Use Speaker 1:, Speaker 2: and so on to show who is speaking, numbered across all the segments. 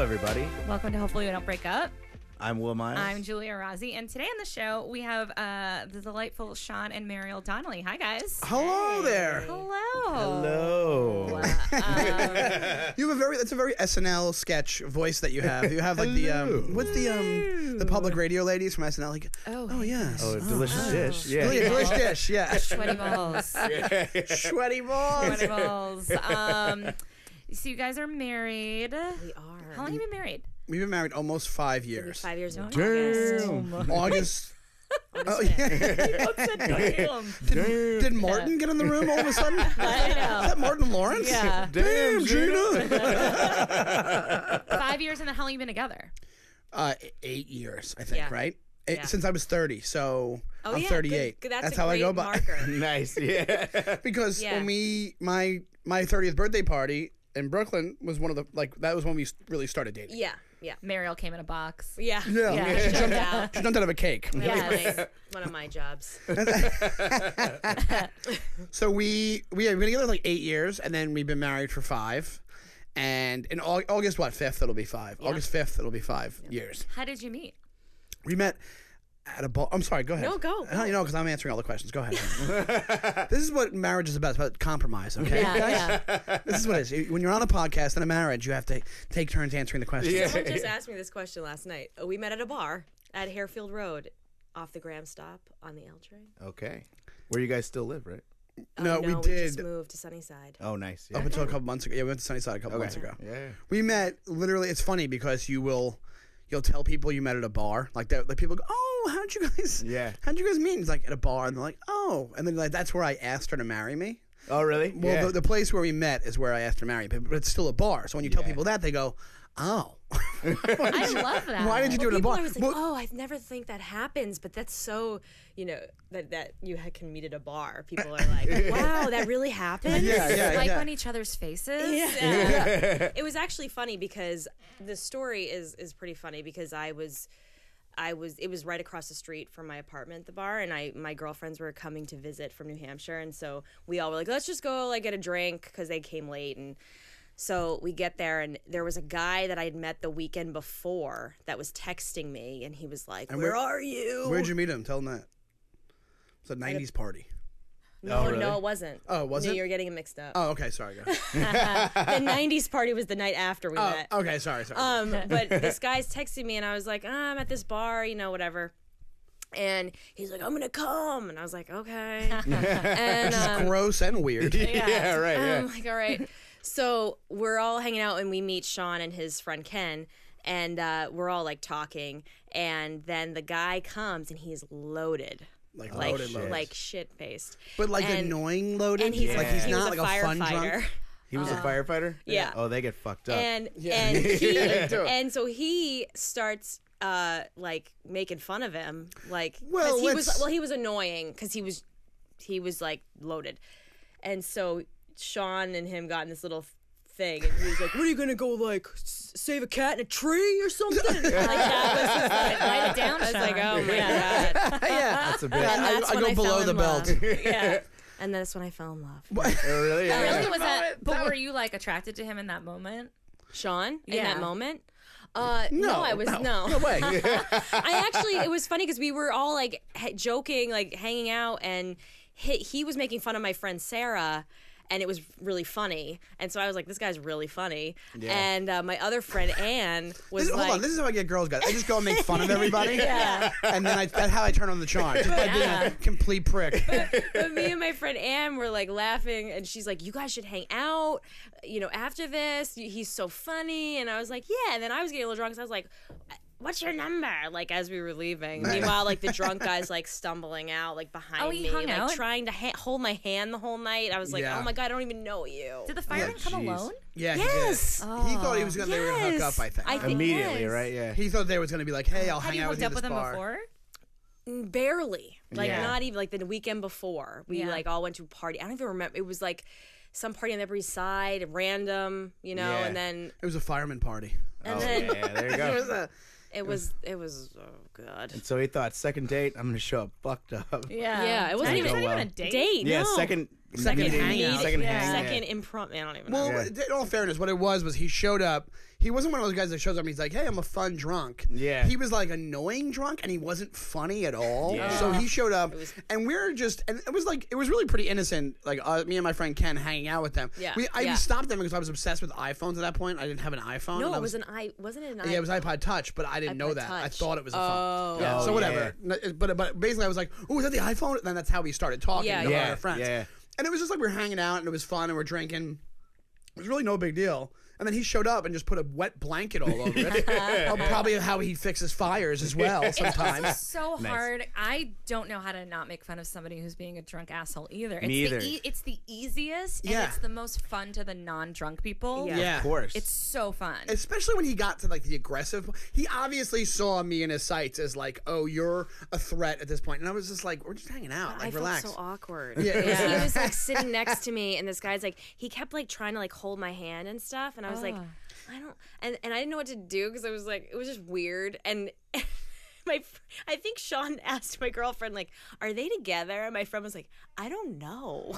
Speaker 1: everybody?
Speaker 2: Welcome to Hopefully We Don't Break Up.
Speaker 1: I'm Will Myers.
Speaker 2: I'm Julia Rossi, and today on the show we have uh, the delightful Sean and Mariel Donnelly. Hi, guys.
Speaker 3: Hello there.
Speaker 2: Hello.
Speaker 1: Hello.
Speaker 3: You have a very that's a very SNL sketch voice that you have. You have like the um
Speaker 1: Hello.
Speaker 3: what's the um the public radio ladies from SNL like
Speaker 2: Oh,
Speaker 3: oh,
Speaker 2: hey.
Speaker 3: yes.
Speaker 1: Oh, delicious dish.
Speaker 3: Oh, yeah,
Speaker 1: Yeah.
Speaker 3: Delish dish, yeah.
Speaker 2: Sweaty balls.
Speaker 3: Sweaty balls.
Speaker 2: Sweaty balls. Um, so you guys are married.
Speaker 4: We
Speaker 2: How
Speaker 4: are.
Speaker 2: long have you been married?
Speaker 3: We've been married almost five years.
Speaker 4: Five years in
Speaker 1: Damn.
Speaker 3: August. oh
Speaker 4: fifth.
Speaker 3: yeah.
Speaker 2: Damn.
Speaker 3: Did, did Martin get in the room all of a sudden?
Speaker 2: I
Speaker 3: Is
Speaker 2: know.
Speaker 3: that Martin Lawrence?
Speaker 2: Yeah.
Speaker 3: Damn, Gina.
Speaker 2: Five years, and then how long you been together?
Speaker 3: uh, e- eight years, I think.
Speaker 4: Yeah.
Speaker 3: Right. Eh,
Speaker 4: Yeah.
Speaker 3: Since I was thirty, so
Speaker 4: Oh,
Speaker 3: I'm
Speaker 4: yeah, good-
Speaker 3: 38.
Speaker 4: good- that's a
Speaker 3: how I go
Speaker 4: great
Speaker 3: by.
Speaker 4: marker.
Speaker 1: Nice. Yeah.
Speaker 3: because
Speaker 4: Yeah.
Speaker 3: when we my my 30th birthday party in Brooklyn was one of the like that was when we really started dating.
Speaker 4: yeah, yeah,
Speaker 2: Mariel came in a box.
Speaker 4: yeah.
Speaker 3: Yeah,
Speaker 2: Yeah.
Speaker 3: she jumped,
Speaker 4: Yeah.
Speaker 3: she jumped out of a cake.
Speaker 2: Yes.
Speaker 4: Nice. One of my jobs.
Speaker 3: So we we have been together like eight years, and then we've been married for five. And in Au- August, what fifth? It'll be five. August fifth, it'll be five years.
Speaker 2: How did you meet?
Speaker 3: We met at a ball. I'm sorry. Go ahead.
Speaker 4: No, go.
Speaker 3: No, you know, because I'm answering all the questions. Go ahead. this is what marriage is about. It's about compromise. Okay.
Speaker 2: Yeah,
Speaker 3: This is what it is. When you're on a podcast and a marriage, you have to take turns answering the questions.
Speaker 4: Someone just asked me this question last night. Oh, we met at a bar at Harefield Road, off the Graham stop on the L train.
Speaker 1: Okay. Where you guys still live, right?
Speaker 4: Oh,
Speaker 3: No, we
Speaker 4: just
Speaker 3: did.
Speaker 4: moved to Sunnyside.
Speaker 1: Oh, nice.
Speaker 3: up
Speaker 1: Yeah.
Speaker 3: until a couple months ago. Yeah, we went to Sunnyside a couple months ago.
Speaker 1: Yeah.
Speaker 3: We met literally. It's funny because you will, you'll tell people you met at a bar like that. Like people go, "Oh, how'd you guys?
Speaker 1: Yeah.
Speaker 3: how'd you guys meet?" And it's like at a bar, and they're like, "Oh," and then like that's where I asked her to marry me.
Speaker 1: Oh, really?
Speaker 3: Well,
Speaker 1: yeah.
Speaker 3: the, the place where we met is where I asked her to marry me, but but it's still a bar. So when you tell
Speaker 1: Yeah.
Speaker 3: people that, they go, "Oh,
Speaker 2: I love that.
Speaker 3: why did you do it at a
Speaker 4: People
Speaker 3: bar?"
Speaker 4: always
Speaker 3: Well,
Speaker 4: like, oh, I never think that happens, but that's so, you know, that that you ha- can meet at a bar. People are like, wow, that really happened.
Speaker 3: Yeah, yeah,
Speaker 2: like
Speaker 3: yeah.
Speaker 2: on each other's faces.
Speaker 4: it was actually funny because the story is is pretty funny because I was I was it was right across the street from my apartment the bar and I my girlfriends were coming to visit from New Hampshire and so we all were like let's just go like get a drink cuz they came late and so we get there and there was a guy that I'd met the weekend before that was texting me and he was like where,
Speaker 3: where-
Speaker 4: are you?
Speaker 3: where'd you meet him? Tell them that. It's a '90s party.
Speaker 4: no,
Speaker 1: Oh, really?
Speaker 4: no, it wasn't.
Speaker 3: Oh, was
Speaker 4: no,
Speaker 3: it?
Speaker 4: You're getting it mixed up.
Speaker 3: Oh, okay. Sorry. Go. ahead.
Speaker 4: the 90s party was the night after we
Speaker 3: oh,
Speaker 4: met.
Speaker 3: okay. Sorry. Sorry.
Speaker 4: Um, but this guy's texting me, and I was like, "Ah, I'm at this bar, you know, whatever. And he's like, I'm gonna come, and I was like, okay. and um,
Speaker 3: Gross and weird.
Speaker 1: yeah. Right. Yeah.
Speaker 4: I'm like, all right. So we're all hanging out, and we meet Sean and his friend Ken, and uh, we're all like talking, and then the guy comes, and he's loaded,
Speaker 3: Like
Speaker 4: like
Speaker 3: loaded, loaded.
Speaker 4: like shit faced,
Speaker 3: But like
Speaker 4: And-
Speaker 3: annoying loaded.
Speaker 4: and he's
Speaker 3: like he's
Speaker 4: he
Speaker 3: not
Speaker 4: was
Speaker 3: like
Speaker 4: a
Speaker 3: a fun drunk.
Speaker 4: firefighter.
Speaker 1: He was a firefighter.
Speaker 4: Yeah.
Speaker 1: Oh, they get fucked up.
Speaker 4: and and he
Speaker 3: Uh, Yeah, they do.
Speaker 4: and so he starts uh like making fun of him like 'cause
Speaker 3: Well,
Speaker 4: he was
Speaker 3: let's-
Speaker 4: well he was annoying because he was he was like loaded and so sean and him got in this little thing and he was like what are you gonna go like s- save a cat in a tree or something like that
Speaker 2: Write it down,
Speaker 4: I was like,
Speaker 2: Sean.
Speaker 4: oh my god,
Speaker 3: yeah,
Speaker 1: That's a bit.
Speaker 4: And
Speaker 3: I-
Speaker 4: that's
Speaker 3: I
Speaker 4: when
Speaker 3: go
Speaker 4: I
Speaker 3: below
Speaker 4: fell in
Speaker 3: the
Speaker 4: love.
Speaker 3: belt.
Speaker 4: yeah, and that's when I fell in love.
Speaker 1: Oh, really? Yeah.
Speaker 2: Really was that? But were you like attracted to him in that moment?
Speaker 4: Sean, in
Speaker 2: Yeah.
Speaker 4: that moment, uh, no, I was no.
Speaker 3: way.
Speaker 4: I actually, it was funny because we were all like ha- joking, like hanging out, and he, he was making fun of my friend Sarah. And it was really funny, and so I was like, "This guy's really funny." And uh, my other friend Anne was
Speaker 3: This-
Speaker 4: like,
Speaker 3: hold on, this is how I get girls, guys. I just go and make fun of everybody, and then I, that's how I turn on the charm, just by being a complete prick.
Speaker 4: but me and my friend Anne were like laughing, and she's like, "You guys should hang out, you know, after this. You- He's so funny." And I was like, "Yeah." And then I was getting a little drunk, so I was like, "Uh, "What's your number?" Like as we were leaving. Meanwhile, like the drunk guy's like stumbling out, like behind
Speaker 2: Oh, he
Speaker 4: me,
Speaker 2: hung
Speaker 4: like
Speaker 2: out?
Speaker 4: trying to ha- hold my hand the whole night. I was like,
Speaker 3: Yeah.
Speaker 4: "Oh my god, I don't even know you."
Speaker 2: Did the fireman come
Speaker 1: jeez.
Speaker 2: alone?
Speaker 3: Yeah, he did.
Speaker 4: Yes.
Speaker 3: He thought he was gonna they were gonna hook
Speaker 4: Yes.
Speaker 3: up. I think.
Speaker 4: I think-
Speaker 1: Immediately,
Speaker 4: Yes.
Speaker 1: right? Yeah.
Speaker 3: he thought they was gonna be like, "Hey, I'll
Speaker 2: Have
Speaker 3: hang
Speaker 2: you hooked
Speaker 3: out with you
Speaker 2: up
Speaker 3: this
Speaker 2: with him
Speaker 3: bar."
Speaker 2: before?
Speaker 4: barely like
Speaker 2: Yeah.
Speaker 4: not even like the weekend before we
Speaker 2: Yeah.
Speaker 4: like all went to a party i don't even remember it was like some party on the upper east side random you know
Speaker 1: Yeah.
Speaker 4: and then
Speaker 3: It was a fireman party.
Speaker 4: and
Speaker 1: oh,
Speaker 4: then
Speaker 1: yeah. There you go.
Speaker 4: it was it was oh god
Speaker 1: So he thought second date, I'm gonna show up fucked up.
Speaker 2: Yeah,
Speaker 4: Yeah, it wasn't
Speaker 2: Not
Speaker 4: even-
Speaker 2: not
Speaker 1: Oh,
Speaker 2: even
Speaker 1: well.
Speaker 2: a date.
Speaker 4: date
Speaker 1: Yeah,
Speaker 4: no.
Speaker 1: second
Speaker 3: second
Speaker 1: Meeting.
Speaker 3: hangout.
Speaker 1: Second
Speaker 2: Yeah.
Speaker 1: hangout.
Speaker 4: Second impromptu. I don't even know.
Speaker 3: Well, in all fairness, what it was was he showed up. He wasn't one of those guys that shows up and he's like, "Hey, I'm a fun drunk."
Speaker 1: Yeah.
Speaker 3: He was like annoying drunk, and he wasn't funny at all.
Speaker 1: Yeah.
Speaker 3: So he showed up, and we were just, and it was like, it was really pretty innocent. Like uh, me and my friend Ken hanging out with them.
Speaker 4: Yeah,
Speaker 3: We, I
Speaker 4: yeah.
Speaker 3: stopped them because I was obsessed with iPhones at that point. I didn't have an iPhone.
Speaker 4: no,
Speaker 3: and I
Speaker 4: it was an i. Wasn't it an i?
Speaker 3: yeah, it was iPod Touch, but I didn't know
Speaker 4: iPod
Speaker 3: that. I
Speaker 4: Touch.
Speaker 3: thought it was a phone.
Speaker 4: Oh.
Speaker 3: Yeah,
Speaker 1: Oh,
Speaker 3: so whatever.
Speaker 1: yeah.
Speaker 3: N- But but basically, I was like, "Oh, is that the iPhone?" And then that's how we started talking.
Speaker 4: Yeah,
Speaker 3: to
Speaker 1: yeah.
Speaker 3: our friends.
Speaker 1: Yeah.
Speaker 3: And it was just like we were hanging out, and it was fun, and we're drinking. It was really no big deal. And then he showed up and just put a wet blanket all over it. Oh, probably how he fixes fires as well sometimes.
Speaker 2: so hard. I don't know how to not make fun of somebody who's being a drunk asshole either. It's
Speaker 1: Me
Speaker 2: the
Speaker 1: either.
Speaker 2: E- it's the easiest
Speaker 3: Yeah.
Speaker 2: and it's the most fun to the non-drunk people.
Speaker 4: Yeah.
Speaker 3: yeah.
Speaker 1: Of course.
Speaker 2: It's so fun.
Speaker 3: Especially when he got to like the aggressive, he obviously saw me in his sights as like, "Oh, you're a threat at this point," and I was just like, "We're just hanging out,
Speaker 4: I
Speaker 3: like
Speaker 4: felt
Speaker 3: relax."
Speaker 4: so awkward.
Speaker 3: Yeah.
Speaker 4: Because He was like sitting next to me, and this guy's like, he kept like trying to like hold my hand and stuff, and I was like,
Speaker 2: Ah.
Speaker 4: I don't, and and I didn't know what to do because I was like, it was just weird, and. My, fr- I think Sean asked my girlfriend, like, "Are they together?" And my friend was like, "I don't know."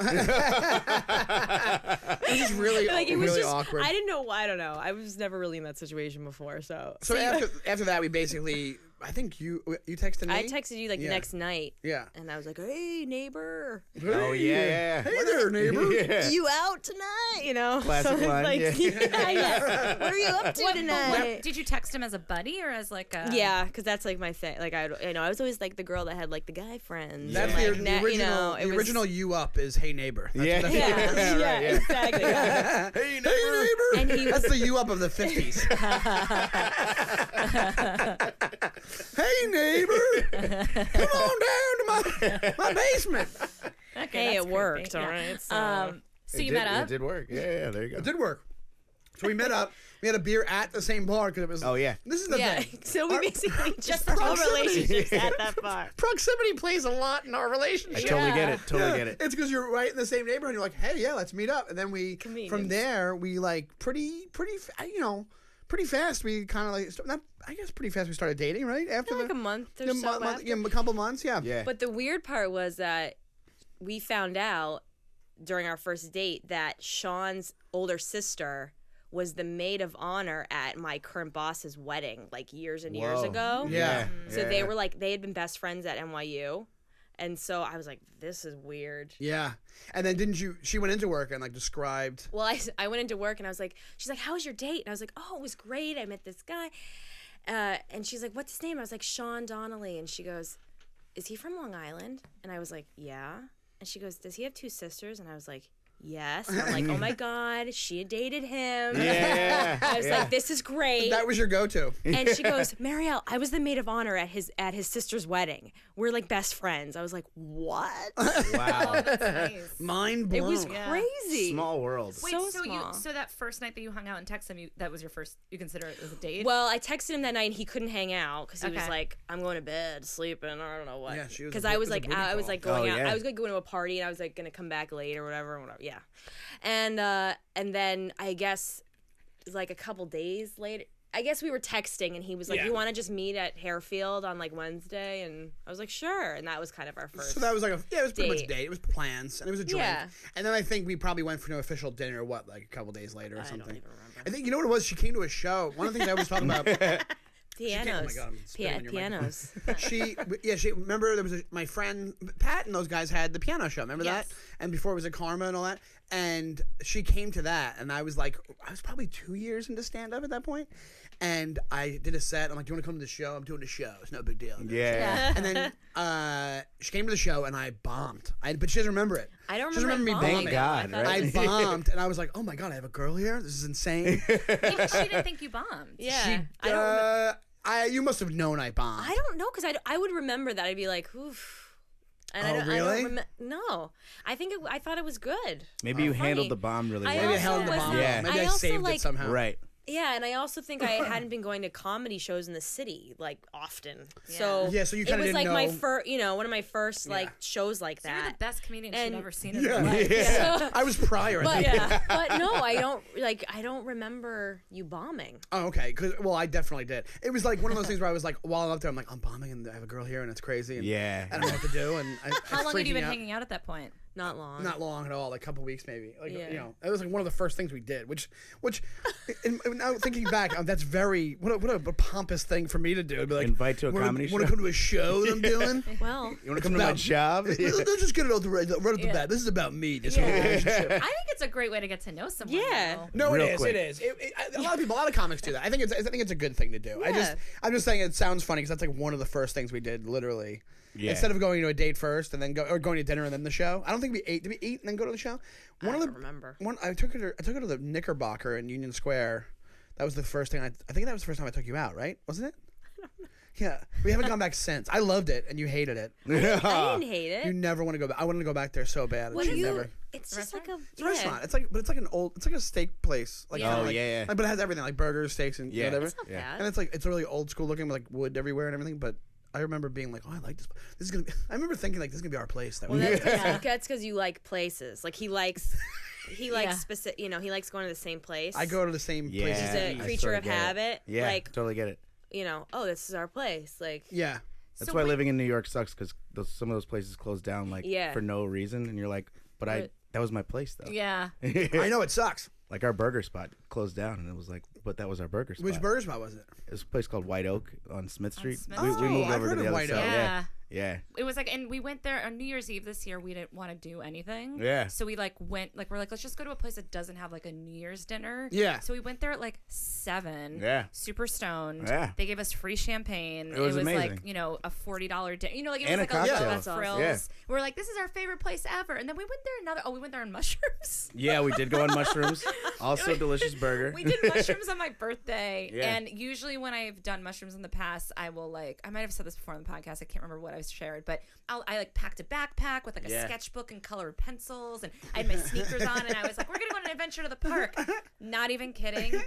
Speaker 3: it was just really,
Speaker 4: like it
Speaker 3: really
Speaker 4: was just,
Speaker 3: awkward.
Speaker 4: I didn't know. why- I don't know. I was never really in that situation before, so,
Speaker 3: So after after that, we basically, I think you you texted me.
Speaker 4: I Oh, texted you like the
Speaker 3: Yeah.
Speaker 4: next night,
Speaker 3: Yeah.
Speaker 4: and I was like, "Hey, neighbor,
Speaker 1: Oh yeah.
Speaker 3: Hey there, neighbor.
Speaker 1: Yeah.
Speaker 4: you out tonight?" You know,
Speaker 1: Classic
Speaker 4: it's
Speaker 1: line,
Speaker 4: Like,
Speaker 1: yeah.
Speaker 4: yeah. What are you up to tonight?
Speaker 2: Did you text him as a buddy or as like a
Speaker 4: Yeah, because that's like my thing. Like I, you know, I was always like the girl that had like the guy friends.
Speaker 3: That's
Speaker 4: and,
Speaker 3: the,
Speaker 4: like,
Speaker 3: the
Speaker 4: na-
Speaker 3: original.
Speaker 4: You know, it
Speaker 3: the
Speaker 4: was-
Speaker 3: original you up is hey neighbor. That's
Speaker 1: Yeah.
Speaker 3: what
Speaker 4: Yeah,
Speaker 3: that-
Speaker 1: Yeah,
Speaker 4: yeah,
Speaker 1: right, yeah.
Speaker 4: exactly. yeah.
Speaker 1: Hey
Speaker 3: Hey
Speaker 1: neighbor.
Speaker 3: neighbor.
Speaker 4: And he was-
Speaker 3: That's the you up of the fifties. hey neighbor, come on down to my my basement.
Speaker 2: Okay,
Speaker 4: Hey,
Speaker 2: that's
Speaker 4: it
Speaker 2: creepy.
Speaker 4: worked.
Speaker 2: Yeah.
Speaker 4: All right. So.
Speaker 2: Um, so
Speaker 1: It
Speaker 2: you
Speaker 1: did-
Speaker 2: met up.
Speaker 1: It did work. Yeah, yeah. There you go.
Speaker 3: It did work. So we met up. We had a beer at the same bar because it was.
Speaker 1: Oh, yeah.
Speaker 3: This is the
Speaker 4: yeah.
Speaker 3: thing.
Speaker 4: So we basically just
Speaker 3: the
Speaker 4: all
Speaker 3: proximity.
Speaker 4: relationships at that bar.
Speaker 3: Proximity plays a lot in our relationship.
Speaker 1: I totally get it. Totally get it.
Speaker 3: It's because you're right in the same neighborhood. You're like, hey, yeah, let's meet up. And then we, from
Speaker 4: Convenience.
Speaker 3: there, we like pretty, pretty, fa- you know, pretty fast. We kind of like, st- not, I guess, pretty fast. We started dating, right? After
Speaker 4: Like
Speaker 3: the,
Speaker 4: a month or
Speaker 3: the
Speaker 4: so.
Speaker 3: mo- month-
Speaker 4: after.
Speaker 3: yeah, a couple months, yeah.
Speaker 1: Yeah.
Speaker 4: But the weird part was that we found out during our first date that Sean's older sister was the maid of honor at my current boss's wedding, like years and years
Speaker 1: Whoa.
Speaker 4: ago.
Speaker 3: Yeah.
Speaker 4: So they
Speaker 1: Yeah.
Speaker 4: were like they had been best friends at NYU, and so I was like, this is weird.
Speaker 3: Yeah. And then didn't you? She went into work and like described.
Speaker 4: Well, I, I went into work and I was like, she's like, how was your date? And I was like, oh, it was great. I met this guy. Uh, and she's like, what's his name? I was like, Sean Donnelly. And she goes, is he from Long Island? And I was like, yeah. And she goes, does he have two sisters? And I was like, yes. And I'm like, oh my God, she dated him.
Speaker 1: Yeah.
Speaker 4: I was
Speaker 1: yeah.
Speaker 4: like, this is great.
Speaker 3: That was your go-to.
Speaker 4: and she goes, Marielle, I was the maid of honor at his at his sister's wedding. We're like best friends. I was like, what?
Speaker 1: wow.
Speaker 2: Oh, Nice.
Speaker 3: Mind
Speaker 4: It
Speaker 3: blown.
Speaker 4: was
Speaker 2: Yeah.
Speaker 4: crazy.
Speaker 1: Small world.
Speaker 2: Wait,
Speaker 4: So
Speaker 2: so,
Speaker 4: small.
Speaker 2: you so that first night that you hung out and texted him, you, that was your first. You consider it was a date.
Speaker 4: Well, I texted him that night and he couldn't hang out because he was
Speaker 2: Okay.
Speaker 4: like, "I'm going to bed, sleeping, I don't know what."
Speaker 3: Yeah, she was a
Speaker 4: Because
Speaker 3: bo-
Speaker 4: I
Speaker 3: it
Speaker 4: was
Speaker 3: was a
Speaker 4: like,
Speaker 3: booty
Speaker 4: I, I was
Speaker 3: call.
Speaker 4: like going
Speaker 1: Oh,
Speaker 4: out.
Speaker 1: yeah.
Speaker 4: I was going to go to a party and I was like going to come back late or whatever, whatever. Yeah, and uh, and then I guess like a couple days later. I guess we were texting, and he was like,
Speaker 3: Yeah.
Speaker 4: "You want to just meet at Hairfield on like Wednesday?" And I was like, "Sure." And that was kind of our first.
Speaker 3: So that was like a yeah, it was pretty much
Speaker 4: Date.
Speaker 3: a date. It was plans and it was a drink.
Speaker 4: Yeah.
Speaker 3: And then I think we probably went for an official dinner. What like a couple days later or something.
Speaker 4: even remember.
Speaker 3: I think you know what it was. She came to a show. One of the things I was talking about.
Speaker 4: pianos,
Speaker 3: Oh God, I'm spitting on
Speaker 4: Pia-
Speaker 3: your
Speaker 4: pianos.
Speaker 3: she yeah she remember there was a, my friend Pat and those guys had the piano show remember
Speaker 4: Yes.
Speaker 3: that and before it was a karma and all that and she came to that and I was like I was probably two years into stand up at that point and I did a set I'm like do you want to come to the show I'm doing a show it's no big deal I'm doing a show."
Speaker 1: Yeah.
Speaker 3: and then uh, she came to the show and I bombed I, but she doesn't remember it
Speaker 4: I don't
Speaker 3: she doesn't
Speaker 4: remember
Speaker 3: remember me
Speaker 4: bombing.
Speaker 3: bombing
Speaker 1: Thank God. Right.
Speaker 3: I bombed and I was like oh my god I have a girl here this is insane
Speaker 2: Maybe she didn't think you bombed.
Speaker 4: yeah,
Speaker 3: she
Speaker 4: I don't. remember.
Speaker 3: uh, I you must have known I bombed
Speaker 4: I don't know because I, I would remember that. I'd be like, oof. And
Speaker 3: Oh,
Speaker 4: I don't, I
Speaker 3: really?
Speaker 4: don't remem- no, I think it, I thought it was good.
Speaker 1: Maybe you handled
Speaker 4: Funny.
Speaker 1: the bomb really
Speaker 4: I
Speaker 1: well.
Speaker 3: Maybe I
Speaker 4: also
Speaker 3: held the
Speaker 4: was
Speaker 3: bomb.
Speaker 4: not-
Speaker 1: Yeah.
Speaker 3: Maybe
Speaker 4: I
Speaker 3: I,
Speaker 4: also,
Speaker 3: saved
Speaker 4: like-
Speaker 3: it somehow.
Speaker 1: Right.
Speaker 4: Yeah, and I also think I hadn't been going to comedy shows in the city like often. So
Speaker 3: Yeah, so you kinda
Speaker 4: it was
Speaker 3: didn't
Speaker 4: like my
Speaker 3: know.
Speaker 4: first, you know, one of my first like shows like
Speaker 2: You're the
Speaker 4: that.
Speaker 2: best comedian she'd
Speaker 4: And-
Speaker 2: ever seen in her life.
Speaker 3: Yeah. I was prior. I
Speaker 4: But
Speaker 3: think.
Speaker 4: yeah, but no, I don't like I don't remember you bombing.
Speaker 3: Oh, okay. 'Cause- well, I definitely did. It was like one of those things where I was like, while I'm up there, I'm like, I'm bombing and I have a girl here and it's crazy. And
Speaker 1: Yeah.
Speaker 3: I don't know what to do. And I,
Speaker 2: How
Speaker 3: I'm
Speaker 2: long had you
Speaker 3: freaking
Speaker 2: been
Speaker 3: out.
Speaker 2: hanging out at that point?
Speaker 4: Not long.
Speaker 3: Not long at all, like a couple weeks maybe. Like
Speaker 4: Yeah.
Speaker 3: you know, it was like one of the first things we did, which, which, and, and now thinking back, um, that's very what a, what a pompous thing for me to do. I'd Be like,
Speaker 1: Invite to a comedy
Speaker 3: Want
Speaker 1: show?"
Speaker 3: to come to a show that I'm doing?
Speaker 4: well,
Speaker 1: You want to come to my
Speaker 3: about-
Speaker 1: job?
Speaker 3: Let's, let's just get it all the right, right off the
Speaker 4: Yeah.
Speaker 3: bat. This is about me. This
Speaker 4: Yeah.
Speaker 3: whole relationship.
Speaker 2: I think it's a great way to get to know someone.
Speaker 4: Yeah.
Speaker 2: though.
Speaker 3: No,
Speaker 1: Real
Speaker 3: it is.
Speaker 1: quick.
Speaker 3: It is. It, it, I- a lot of people, a lot of comics do that. I think it's. I think it's a good thing to do. I just.
Speaker 4: Yeah.
Speaker 3: I'm just saying it sounds funny because that's like one of the first things we did, literally.
Speaker 1: Yeah.
Speaker 3: Instead of going to a date first and then go, or going to dinner and then the show. I don't think we ate. Did we eat and then go to the show? One of the
Speaker 4: don't remember.
Speaker 3: One. I took her. To, I took her to the Knickerbocker in Union Square. That was the first thing. I, I think that was the first time I took you out. Right? Wasn't it? Yeah. We haven't gone back since. I loved it and you hated it.
Speaker 4: I didn't hate it.
Speaker 3: You never want to go back. I wanted to go back there so bad.
Speaker 4: What
Speaker 3: and
Speaker 4: do
Speaker 3: she
Speaker 4: you?
Speaker 3: never.
Speaker 4: It's just like a
Speaker 3: It's a restaurant. It's like, but it's like an old. It's like a steak place. Like,
Speaker 4: Yeah.
Speaker 3: kinda
Speaker 1: Oh,
Speaker 3: like-
Speaker 1: yeah, yeah.
Speaker 3: like, but it has everything, like burgers, steaks, and
Speaker 1: Yeah.
Speaker 3: whatever.
Speaker 1: That's
Speaker 4: Not
Speaker 1: Yeah.
Speaker 4: bad.
Speaker 3: and it's like it's really old school looking, with like wood everywhere and everything. But I remember being like, oh, I like this. This is gonna. Be, I remember thinking like, this is gonna be our place. That we.
Speaker 4: That's 'cause- That's because you like places. Like he likes, he likes
Speaker 2: Yeah.
Speaker 4: specific. You know, he likes going to the same place.
Speaker 3: I go to the same
Speaker 1: Yeah.
Speaker 3: places.
Speaker 4: She's a
Speaker 1: I
Speaker 4: creature
Speaker 1: sorta
Speaker 4: of
Speaker 1: get it.
Speaker 4: habit,
Speaker 1: Yeah.
Speaker 4: like-
Speaker 1: totally get it.
Speaker 4: You know, oh, this is our place. Like,
Speaker 3: Yeah.
Speaker 1: That's
Speaker 2: So
Speaker 1: why
Speaker 2: wait-
Speaker 1: living in New York sucks because some of those places close down like
Speaker 4: Yeah.
Speaker 1: for no reason, and you're like, but I
Speaker 4: But-
Speaker 1: that was my place though.
Speaker 2: Yeah.
Speaker 3: I know it sucks.
Speaker 1: like our burger spot closed down, and it was like, but that was our burger spot.
Speaker 3: Which burger spot was it?
Speaker 1: It was a place called White Oak on Smith Street.
Speaker 2: Smith
Speaker 1: we, we
Speaker 2: Street.
Speaker 1: moved
Speaker 3: Oh, I've
Speaker 1: over to
Speaker 3: heard of
Speaker 1: the other
Speaker 3: White
Speaker 1: side.
Speaker 3: Oak.
Speaker 1: Yeah.
Speaker 2: Yeah.
Speaker 1: yeah.
Speaker 2: It was like, and we went there on New Year's Eve this year. We didn't want to do anything.
Speaker 1: Yeah.
Speaker 2: So we like went, like, we're like, let's just go to a place that doesn't have like a New Year's dinner.
Speaker 3: Yeah.
Speaker 2: So we went there at like seven.
Speaker 1: Yeah.
Speaker 2: Super stoned.
Speaker 1: Yeah.
Speaker 2: They gave us free champagne. It
Speaker 1: was
Speaker 2: like,
Speaker 1: amazing.
Speaker 2: you know, a $40 dinner. You know, like it was
Speaker 1: And a
Speaker 2: like
Speaker 1: cocktail.
Speaker 2: a
Speaker 1: Yeah,
Speaker 2: lot
Speaker 1: that's
Speaker 2: of
Speaker 1: awesome.
Speaker 2: frills.
Speaker 1: Yeah.
Speaker 2: We We're like, this is our favorite place ever. And then we went there another, oh, we went there on mushrooms.
Speaker 1: Yeah, we did go on mushrooms. Also delicious burger.
Speaker 2: We did mushrooms on my birthday,
Speaker 1: Yeah.
Speaker 2: and usually when I've done mushrooms in the past, I will like I might have said this before on the podcast. I can't remember what I shared, but I'll, I like packed a backpack with like a
Speaker 1: Yeah.
Speaker 2: sketchbook and colored pencils, and I had my sneakers on, and I was like, "We're gonna go on an adventure to the park." Not even kidding,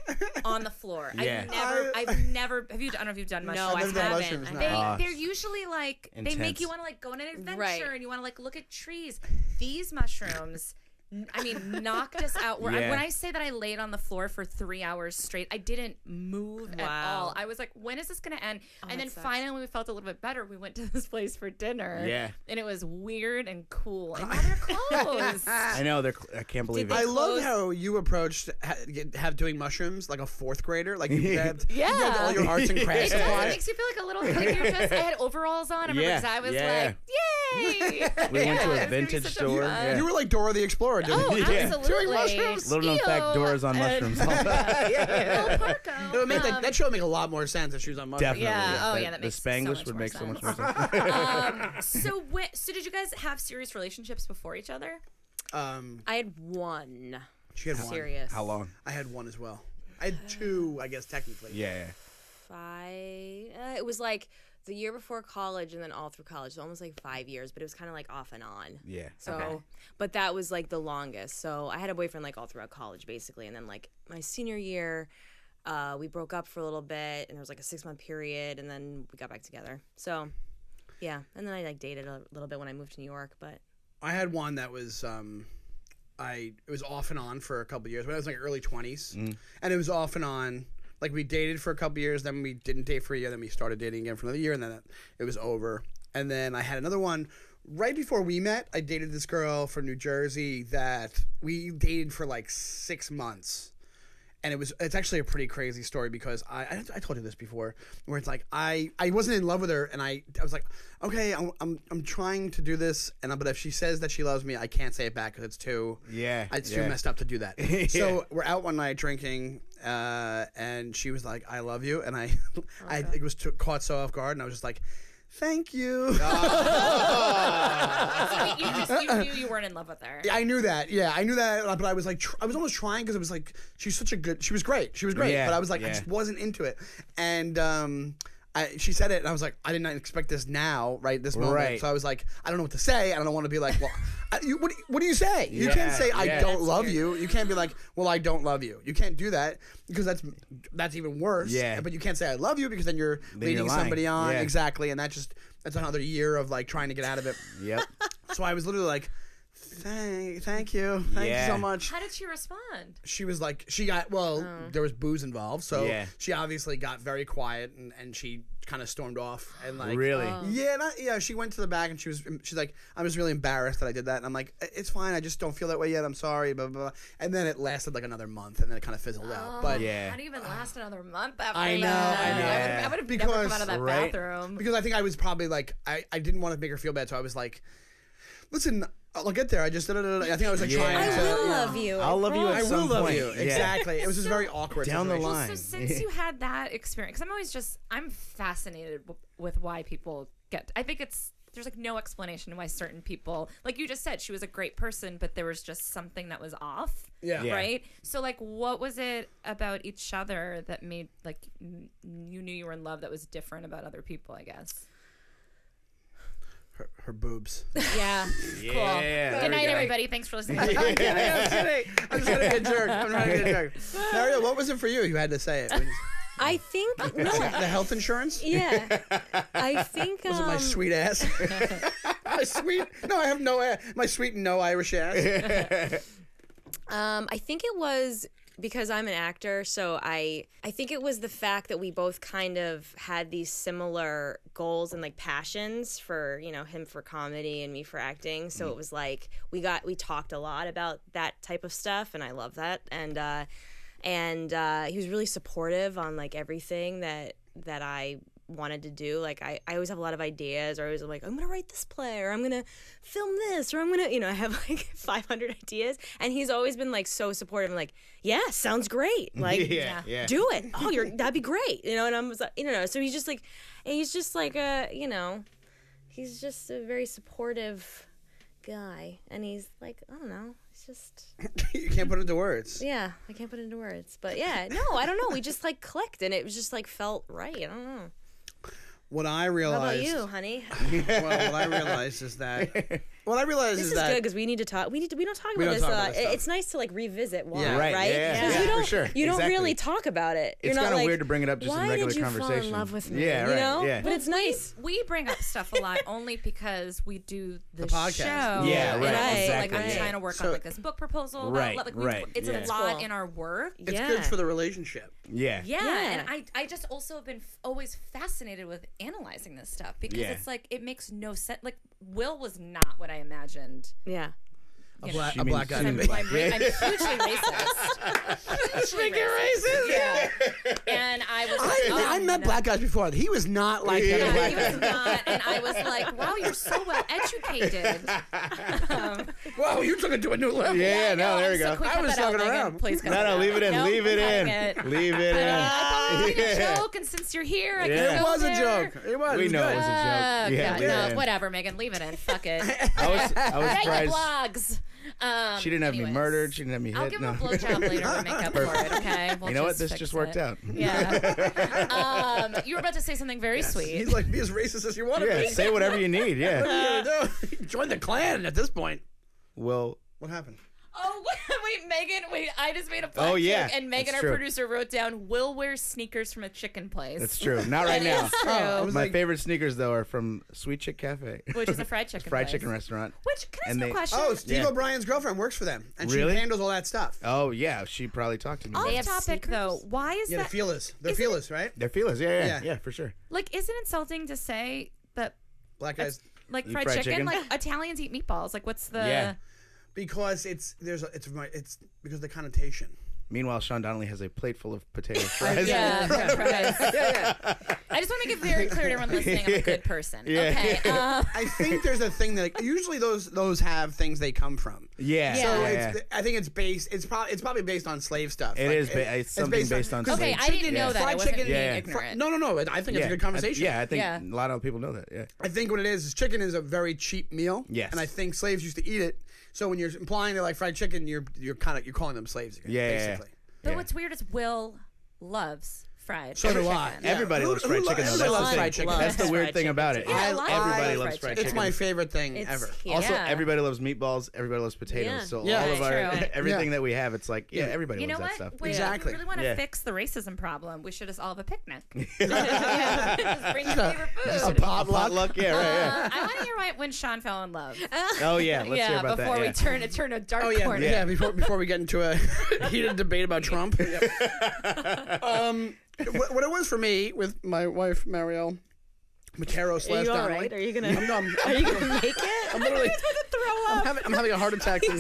Speaker 2: on the floor.
Speaker 1: Yeah.
Speaker 2: I've never,
Speaker 3: I-
Speaker 2: I've never. Have you? I don't know if you've done mushrooms.
Speaker 4: no, I
Speaker 3: I've never done
Speaker 4: haven't.
Speaker 3: mushrooms,
Speaker 4: I
Speaker 3: no.
Speaker 2: They,
Speaker 4: haven't.
Speaker 1: Ah,
Speaker 2: they're usually like they
Speaker 1: intense.
Speaker 2: make you want to like go on an adventure
Speaker 4: Right.
Speaker 2: and you want to like look at trees. These mushrooms, n- I mean, knocked us out. Where I,
Speaker 1: Yeah.
Speaker 2: when I say that I laid on the floor for three hours straight, I didn't move at
Speaker 4: Wow. Oh,
Speaker 2: all. I was like, when is this gonna end? and then
Speaker 4: sucks.
Speaker 2: finally, when we felt a little bit better. We went to this place for dinner.
Speaker 1: Yeah.
Speaker 2: and it was weird and cool. And now they're closed.
Speaker 1: I know. They're, cl- I can't believe
Speaker 4: they-
Speaker 1: it.
Speaker 3: I love
Speaker 4: close.
Speaker 3: how you approached ha- get- have doing mushrooms like a fourth grader. Like you grabbed, you grabbed
Speaker 2: Yeah.
Speaker 3: all your arts and crafts
Speaker 2: It does. It
Speaker 3: supplies.
Speaker 2: makes you feel like a little like you're just. I had overalls on. I remember
Speaker 1: Yeah,
Speaker 2: 'cause I was
Speaker 1: yeah.
Speaker 2: like, "Yay!"
Speaker 1: We went to a
Speaker 2: Yeah, it was gonna be
Speaker 1: vintage
Speaker 2: such a
Speaker 1: store,
Speaker 2: fun-
Speaker 1: yeah.
Speaker 3: You were like Dora the Explorer. Doing
Speaker 2: Oh,
Speaker 1: Yeah.
Speaker 2: absolutely.
Speaker 3: mushrooms?
Speaker 1: Little known fact,
Speaker 2: Ew.
Speaker 1: Dora's on mushrooms.
Speaker 2: El Parco.
Speaker 3: It would make that,
Speaker 2: Um,
Speaker 3: that show would make a lot more sense if she was on mushrooms.
Speaker 1: Definitely.
Speaker 2: Yeah. Oh, yeah, that
Speaker 1: the
Speaker 2: makes so
Speaker 1: Spanglish
Speaker 2: much
Speaker 1: would
Speaker 2: more
Speaker 1: make so much more
Speaker 2: sense.
Speaker 1: sense.
Speaker 2: um, so, when, so did you guys have serious relationships before each other?
Speaker 3: Um,
Speaker 4: I had one.
Speaker 3: she had one.
Speaker 4: Serious.
Speaker 1: How long?
Speaker 3: I had one as well. I had two, I guess technically.
Speaker 1: Yeah.
Speaker 4: Five. Uh, it was like the year before college, and then all through college. So almost like five years, but it was kind of like off and on.
Speaker 1: Yeah.
Speaker 4: So, but that was like the longest. So I had a boyfriend like all throughout college, basically, and then like my senior year, uh, we broke up for a little bit, and there was like a six month period, and then we got back together. So, yeah, and then I like dated a little bit when I moved to New York, but
Speaker 3: I had one that was um, I it was off and on for a couple years when I was like early twenties, and it was off and on. Like we dated for a couple years, then we didn't date for a year, then we started dating again for another year, and then it was over. And then I had another one right before we met. I dated this girl from New Jersey that we dated for like six months. and it was it's actually a pretty crazy story because I I, I told you this before where it's like I I wasn't in love with her and I I was like okay I'm I'm, I'm trying to do this and I- but if she says that she loves me I can't say it back because it's too
Speaker 1: Yeah,
Speaker 3: it's
Speaker 1: yeah.
Speaker 3: too messed up to do that so we're out one night drinking uh, and she was like I love you and I I it was too, caught so off guard and I was just like thank you.
Speaker 1: Ah,
Speaker 2: So wait, you just you knew you weren't in love with her.
Speaker 3: Uh, Yeah, I knew that. Yeah, I knew that. uh, But I was like, tr- I was almost trying because it was like she's such a good. She was great. She was great.
Speaker 1: Yeah,
Speaker 3: but I was like, I
Speaker 1: yeah.
Speaker 3: just wasn't into it. And um, I, she said it, and I was like, I did not expect this now, right? This moment.
Speaker 1: Right.
Speaker 3: So I was like, I don't know what to say, and I don't want to be like, well, I, you, what, do you- what do you say? You can't
Speaker 1: Yeah,
Speaker 3: say I
Speaker 1: yeah.
Speaker 3: don't
Speaker 1: That's
Speaker 3: love you. You can't be like, well, I don't love you. You can't do that because that's that's even worse.
Speaker 1: Yeah.
Speaker 3: But you can't say I love you because then you're
Speaker 1: you're
Speaker 3: leading
Speaker 1: lying.
Speaker 3: somebody on
Speaker 1: Yeah.
Speaker 3: exactly, and that just that's another year of like trying to get out of it.
Speaker 1: Yep.
Speaker 3: So I was literally like, thank, thank you, thank
Speaker 1: Yeah.
Speaker 3: you so much.
Speaker 2: How did she respond?
Speaker 3: she was like she got well
Speaker 4: Oh.
Speaker 3: there was booze involved so
Speaker 1: Yeah.
Speaker 3: she obviously got very quiet and, and she kind of stormed off and like
Speaker 1: really?
Speaker 4: Oh.
Speaker 3: yeah not, yeah she went to the back and she was she's like i'm just really embarrassed that i did that and i'm like "I- it's fine i just don't feel that way yet i'm sorry blah blah, blah. and then it lasted like another month and then it kind of fizzled
Speaker 4: Oh.
Speaker 3: out but
Speaker 1: Yeah.
Speaker 2: How do you even last another month after
Speaker 3: I know,
Speaker 2: that?
Speaker 3: I know.
Speaker 2: would, I would have never
Speaker 3: Because-
Speaker 2: come out of that
Speaker 1: Right.
Speaker 2: bathroom.
Speaker 3: because i think i was probably like i, I didn't want to make her feel bad so i was like listen i'll get there i just da, da, da, da." i think i was like
Speaker 1: Yeah.
Speaker 3: trying
Speaker 4: I
Speaker 3: to
Speaker 4: will love you.
Speaker 1: I'll love you
Speaker 4: Ross.
Speaker 1: at
Speaker 3: I will
Speaker 1: some
Speaker 3: love
Speaker 1: point.
Speaker 3: you
Speaker 1: Yeah.
Speaker 3: exactly it was just very awkward
Speaker 1: Down the
Speaker 3: situation.
Speaker 1: line.
Speaker 2: So
Speaker 1: Fine.
Speaker 2: since you had that experience, 'cause I'm always just I'm fascinated w- with why people get. I think it's there's like no explanation why certain people, like you just said, she was a great person, but there was just something that was off.
Speaker 3: Yeah. Yeah.
Speaker 2: Right. So like, what was it about each other that made like n- you knew you were in love that was different about other people? I guess.
Speaker 3: her, her boobs
Speaker 2: Yeah. cool.
Speaker 1: Yeah, there
Speaker 2: Good
Speaker 1: we
Speaker 2: night,
Speaker 1: go.
Speaker 2: everybody. Thanks for listening.
Speaker 3: I'm just gonna be a jerk. I'm trying to be a jerk. Mario, what was it for you? You had to say it. Was
Speaker 4: I think no.
Speaker 3: it the health insurance?
Speaker 4: Yeah, I think. Um,
Speaker 3: Was it my sweet ass? my sweet? No, I have no. a- My sweet no Irish ass.
Speaker 4: Um, I think it was because I'm an actor, so I I think it was the fact that we both kind of had these similar goals and like passions for you know him for comedy and me for acting. So it was like we got we talked a lot about that type of stuff, and I love that. And uh, and uh, he was really supportive on like everything that that I wanted to do like I, I always have a lot of ideas or I always am like I'm gonna write this play or I'm gonna film this or I'm gonna you know I have like 500 ideas and he's always been like so supportive and like yeah sounds great like
Speaker 1: Yeah, yeah.
Speaker 4: do it oh you're that'd be great you know and I'm just, like- you know so he's just like he's just like a you know he's just a very supportive guy and he's like I don't know he's just
Speaker 3: you can't put it into words.
Speaker 4: yeah, I can't put it into words, but yeah, no, I don't know. We just like clicked, and it was just like felt right. I don't know.
Speaker 3: What I
Speaker 4: How about
Speaker 3: realized.
Speaker 4: you, honey?
Speaker 3: Well, what I realized is that. What I realized
Speaker 4: This
Speaker 3: is,
Speaker 4: is good
Speaker 3: that.
Speaker 4: because we need to talk. We need to. We don't talk
Speaker 3: We
Speaker 4: about
Speaker 3: don't
Speaker 4: this.
Speaker 3: talk
Speaker 4: a
Speaker 3: about
Speaker 4: lot.
Speaker 3: this
Speaker 4: It-
Speaker 3: stuff.
Speaker 4: it's nice to like revisit why,
Speaker 3: Yeah.
Speaker 4: right?
Speaker 1: Right, yeah,
Speaker 4: 'Cause
Speaker 1: yeah,
Speaker 4: you
Speaker 1: for
Speaker 4: don't,
Speaker 1: sure.
Speaker 4: You don't
Speaker 1: Exactly.
Speaker 4: really talk about it. You're
Speaker 1: It's
Speaker 4: not
Speaker 1: kinda
Speaker 4: like,
Speaker 1: weird to bring it up just in
Speaker 4: why
Speaker 1: regular
Speaker 4: did you Fall in
Speaker 1: conversation."
Speaker 4: love with me?
Speaker 1: Yeah,
Speaker 4: You
Speaker 1: right,
Speaker 4: know?
Speaker 1: yeah.
Speaker 4: But it's nice.
Speaker 2: we bring up stuff a lot only because we do the,
Speaker 3: podcast.
Speaker 2: show.
Speaker 1: Yeah,
Speaker 2: and
Speaker 1: right,
Speaker 2: also,
Speaker 1: exactly,
Speaker 2: Like I'm
Speaker 1: yeah.
Speaker 2: trying to work
Speaker 3: So-
Speaker 2: on like this book proposal. about-
Speaker 1: Right,
Speaker 2: like, we-
Speaker 1: right,
Speaker 2: It's a
Speaker 1: yeah.
Speaker 2: lot
Speaker 4: Cool.
Speaker 2: in our work. Yeah.
Speaker 3: It's
Speaker 4: yeah.
Speaker 3: good for the relationship.
Speaker 1: Yeah.
Speaker 2: and I I just also have been f- always fascinated with analyzing this stuff because
Speaker 1: Yeah.
Speaker 2: it's like it makes no sense. Like Will was not what I imagined.
Speaker 4: Yeah.
Speaker 3: A,
Speaker 2: You
Speaker 3: black,
Speaker 1: She
Speaker 3: a
Speaker 1: means-
Speaker 3: black guy.
Speaker 1: she
Speaker 2: I'm,
Speaker 1: means-
Speaker 2: I'm, ra- I'm hugely racist. hugely racist. Yeah. And I was.
Speaker 3: I,
Speaker 2: like, oh,
Speaker 3: I met
Speaker 2: no.
Speaker 3: black guys before. He was not like
Speaker 1: Yeah.
Speaker 3: that.
Speaker 2: Yeah,
Speaker 3: black
Speaker 2: he
Speaker 3: guy.
Speaker 2: was not, and I was like, "Wow, you're so well educated." Um,
Speaker 3: Whoa, you took it to a new level.
Speaker 1: Yeah, no, there
Speaker 2: I'm
Speaker 1: we
Speaker 2: so
Speaker 1: go.
Speaker 2: quick.
Speaker 3: I
Speaker 2: Cut
Speaker 3: was
Speaker 2: that out,
Speaker 3: talking
Speaker 2: Megan.
Speaker 3: around.
Speaker 2: Please cut
Speaker 1: No,
Speaker 2: that
Speaker 1: no,
Speaker 2: out.
Speaker 1: leave it in.
Speaker 2: No,
Speaker 1: leave it
Speaker 2: I'm
Speaker 1: in.
Speaker 2: cutting it.
Speaker 1: Leave it in.
Speaker 2: I thought it was
Speaker 1: Yeah.
Speaker 2: a joke, and since you're here, I
Speaker 1: Yeah.
Speaker 2: can
Speaker 1: It
Speaker 2: go
Speaker 3: It was a
Speaker 2: there.
Speaker 3: joke. It was.
Speaker 1: We
Speaker 3: It was
Speaker 1: know it
Speaker 3: good.
Speaker 1: was a joke.
Speaker 2: Oh,
Speaker 1: yeah,
Speaker 2: God,
Speaker 1: leave it
Speaker 2: no,
Speaker 1: in.
Speaker 2: whatever, Megan. Leave it in. Fuck it.
Speaker 1: I was, I was
Speaker 2: Write
Speaker 1: surprised.
Speaker 2: your blogs. Um,
Speaker 1: She didn't have me
Speaker 2: anyways.
Speaker 1: murdered. She didn't have me hit.
Speaker 2: I'll give
Speaker 1: no.
Speaker 2: him a blowjob later to make up for it. Okay. We'll
Speaker 1: you know what? This
Speaker 2: fix
Speaker 1: just worked
Speaker 2: it.
Speaker 1: out.
Speaker 2: Yeah. um, you were about to say something very sweet.
Speaker 3: He's like, be as racist as you want to
Speaker 1: Yeah,
Speaker 3: be.
Speaker 1: say whatever you need. Yeah.
Speaker 3: Yeah, no. Join the clan at this point.
Speaker 1: Well,
Speaker 3: What happened?
Speaker 2: Oh wait, Megan, wait! I just made a black
Speaker 1: Oh, yeah.
Speaker 2: joke, and Megan,
Speaker 1: That's
Speaker 2: our
Speaker 1: true.
Speaker 2: producer, wrote down, "Will wear sneakers from a chicken place."
Speaker 1: that's true. Not right now.
Speaker 2: It's true.
Speaker 3: Oh, I was
Speaker 1: My
Speaker 3: like-
Speaker 1: favorite sneakers though are from Sweet Chick Cafe,
Speaker 2: which is a fried chicken.
Speaker 1: fried
Speaker 2: place.
Speaker 1: chicken restaurant.
Speaker 2: Which can I ask
Speaker 1: And
Speaker 2: you a
Speaker 1: they-
Speaker 2: question?
Speaker 3: Oh, Steve
Speaker 1: Yeah.
Speaker 3: O'Brien's girlfriend works for them, and
Speaker 1: Really?
Speaker 3: she handles all that stuff.
Speaker 1: Oh yeah, she probably talked to me.
Speaker 2: Off
Speaker 1: about it.
Speaker 4: have
Speaker 2: topic though,
Speaker 4: sneakers?
Speaker 2: why is
Speaker 3: yeah, the
Speaker 2: that
Speaker 3: feelers. They're
Speaker 2: Isn't it-
Speaker 3: feelers, right?
Speaker 1: They're feelers. Yeah, yeah, yeah,
Speaker 3: Yeah.
Speaker 1: for sure.
Speaker 2: like? Is it insulting to say that
Speaker 3: Black guys,
Speaker 2: like
Speaker 1: Eat
Speaker 2: fried,
Speaker 1: fried
Speaker 2: chicken?
Speaker 1: chicken?
Speaker 2: Like Italians eat meatballs. Like what's the?
Speaker 1: Yeah.
Speaker 3: because it's there's a, it's my- it's because of the connotation.
Speaker 1: Meanwhile, Sean Donnelly has a plate full of potato fries.
Speaker 2: Yeah, french fries. I just want to make it very clear to everyone listening: I'm a good person. Okay. Uh,
Speaker 3: I think there's a thing that usually those those have things they come from.
Speaker 1: Yeah,
Speaker 3: So
Speaker 1: yeah,
Speaker 3: it's,
Speaker 1: yeah.
Speaker 3: I think it's based. It's probably it's probably based on slave stuff.
Speaker 1: It is ba- it's something based on
Speaker 3: 'cause
Speaker 2: okay, I
Speaker 3: chicken-
Speaker 2: didn't know that. I
Speaker 3: fried
Speaker 2: wasn't
Speaker 3: chicken-
Speaker 2: being
Speaker 1: Yeah.
Speaker 2: ignorant.
Speaker 3: No, no, no. I think it's
Speaker 1: yeah.
Speaker 3: a good conversation.
Speaker 1: I, yeah, I think
Speaker 2: Yeah.
Speaker 1: a lot of people know that. Yeah.
Speaker 3: I think what it is is chicken is a very cheap meal.
Speaker 1: Yes.
Speaker 3: And I think slaves used to eat it. So when you're implying they like fried chicken, you're you're kind of you're calling them slaves again.
Speaker 1: Yeah, yeah, yeah.
Speaker 3: Basically.
Speaker 2: But
Speaker 1: Yeah.
Speaker 2: what's weird is Will loves fried.
Speaker 3: So
Speaker 2: Every
Speaker 3: do I.
Speaker 2: chicken.
Speaker 3: Yeah.
Speaker 1: Everybody
Speaker 3: Who-
Speaker 1: loves
Speaker 3: who
Speaker 1: fried
Speaker 3: lo-
Speaker 1: chicken. Though.
Speaker 3: everybody
Speaker 4: loves
Speaker 1: That's the,
Speaker 4: fried
Speaker 1: thing.
Speaker 4: chicken.
Speaker 1: That's the
Speaker 4: Loves
Speaker 1: weird
Speaker 4: fried
Speaker 1: thing
Speaker 4: chicken.
Speaker 1: about it.
Speaker 2: Yeah, I love
Speaker 1: everybody
Speaker 2: fried
Speaker 1: loves
Speaker 2: chicken.
Speaker 1: fried
Speaker 3: It's
Speaker 1: chicken.
Speaker 3: my favorite thing
Speaker 4: It's
Speaker 3: ever.
Speaker 4: huge.
Speaker 1: Also,
Speaker 2: Yeah.
Speaker 1: everybody loves meatballs. Everybody loves potatoes.
Speaker 4: Yeah.
Speaker 1: So all
Speaker 3: Yeah.
Speaker 1: of
Speaker 2: That's
Speaker 1: our
Speaker 2: true.
Speaker 1: everything that we have, it's like yeah,
Speaker 3: Yeah.
Speaker 1: everybody
Speaker 2: You know
Speaker 1: loves
Speaker 2: what?
Speaker 1: that stuff.
Speaker 2: Wait,
Speaker 3: Exactly.
Speaker 2: If we really want to
Speaker 1: Yeah.
Speaker 2: fix the racism problem, we should just all have a picnic. Just bring your favorite
Speaker 1: A
Speaker 2: food.
Speaker 1: potluck, yeah, right,
Speaker 2: Uh, I want to hear why when Sean fell in love.
Speaker 1: yeah. Oh yeah, let's
Speaker 2: yeah,
Speaker 1: hear about
Speaker 2: before
Speaker 1: that.
Speaker 2: we
Speaker 1: yeah.
Speaker 2: turn it turn a dark
Speaker 3: Oh yeah,
Speaker 2: corner.
Speaker 3: yeah. Before before we get into a heated debate about Trump, um, what, what it was for me with my wife Marielle Matero slash
Speaker 4: you all
Speaker 3: Donnelly.
Speaker 4: right? Are you gonna-
Speaker 3: I'm, no, I'm, I'm,
Speaker 4: you gonna make it?
Speaker 3: I'm literally.
Speaker 4: Throw
Speaker 3: I'm
Speaker 4: up.
Speaker 3: having, I'm having a heart attack. From,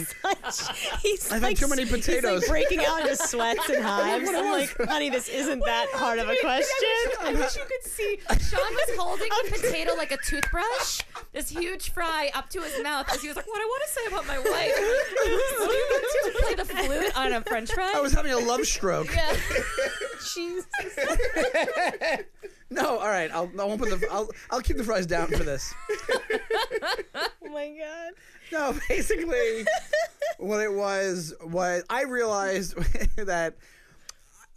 Speaker 4: he's
Speaker 3: I've had
Speaker 4: like,
Speaker 3: too many
Speaker 4: he's, like,
Speaker 3: potatoes.
Speaker 4: breaking out into sweats and hives. I'm like, honey, this isn't that hard of a question.
Speaker 2: I wish you could see. Sean was holding the potato like a toothbrush, this huge fry up to his mouth as he was like, What I want to say about my wife. Do you want to play the flute on a french fry?
Speaker 3: I was having a love stroke.
Speaker 2: yeah.
Speaker 4: Jesus.
Speaker 3: No, all right. I'll I won't put the I'll I'll keep the fries down for this.
Speaker 4: Oh my god.
Speaker 3: No, basically, what it was was I realized that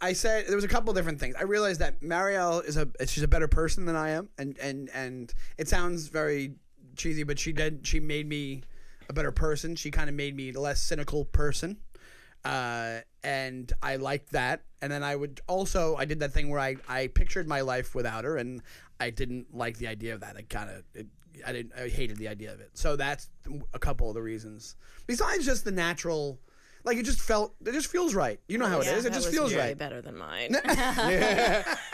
Speaker 3: I said there was a couple different things. I realized that Marielle is a she's a better person than I am, and and and it sounds very cheesy, but she did she made me a better person. She kind of made me a less cynical person. Uh, and I liked that. And then I would also I did that thing where I, I pictured my life without her, and I didn't like the idea of that. I kind of I didn't I hated the idea of it. So that's a couple of the reasons. Besides just the natural, like it just felt it just feels right. You know how it is. It just feels right.
Speaker 4: better than mine.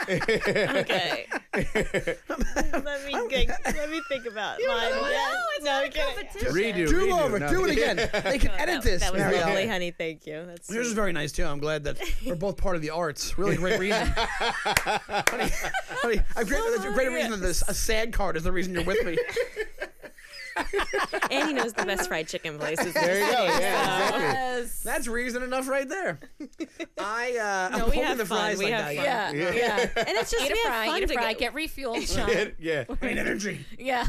Speaker 4: okay. let me get, let me think about mine. Yeah. no, okay.
Speaker 1: Redo,
Speaker 3: Do
Speaker 1: redo.
Speaker 3: over.
Speaker 1: No.
Speaker 3: Do it again. They can edit this.
Speaker 4: That was
Speaker 3: Marielle.
Speaker 4: lovely, honey. Thank you. That's
Speaker 3: Yours is
Speaker 4: sweet.
Speaker 3: very nice too. I'm glad that we're both part of the arts. Really great reason. honey, honey, I'm great, that's a great reason that this a sad card is the reason you're with me.
Speaker 4: and he knows the best fried chicken places.
Speaker 1: There you go. Yeah, exactly.
Speaker 2: Yes.
Speaker 3: That's reason enough right there. I uh, I'm
Speaker 4: No, we
Speaker 3: holding
Speaker 4: have
Speaker 3: the
Speaker 4: fun.
Speaker 3: fries
Speaker 4: We
Speaker 3: like
Speaker 4: have
Speaker 3: that.
Speaker 4: fun.
Speaker 2: Yeah. Yeah.
Speaker 4: And it's just
Speaker 2: Eat a
Speaker 4: we have
Speaker 2: fry,
Speaker 4: fun
Speaker 2: eat a
Speaker 4: to
Speaker 2: fry,
Speaker 4: go-
Speaker 2: get refueled, Sean.
Speaker 1: Yeah.
Speaker 3: Great energy.
Speaker 2: Yeah.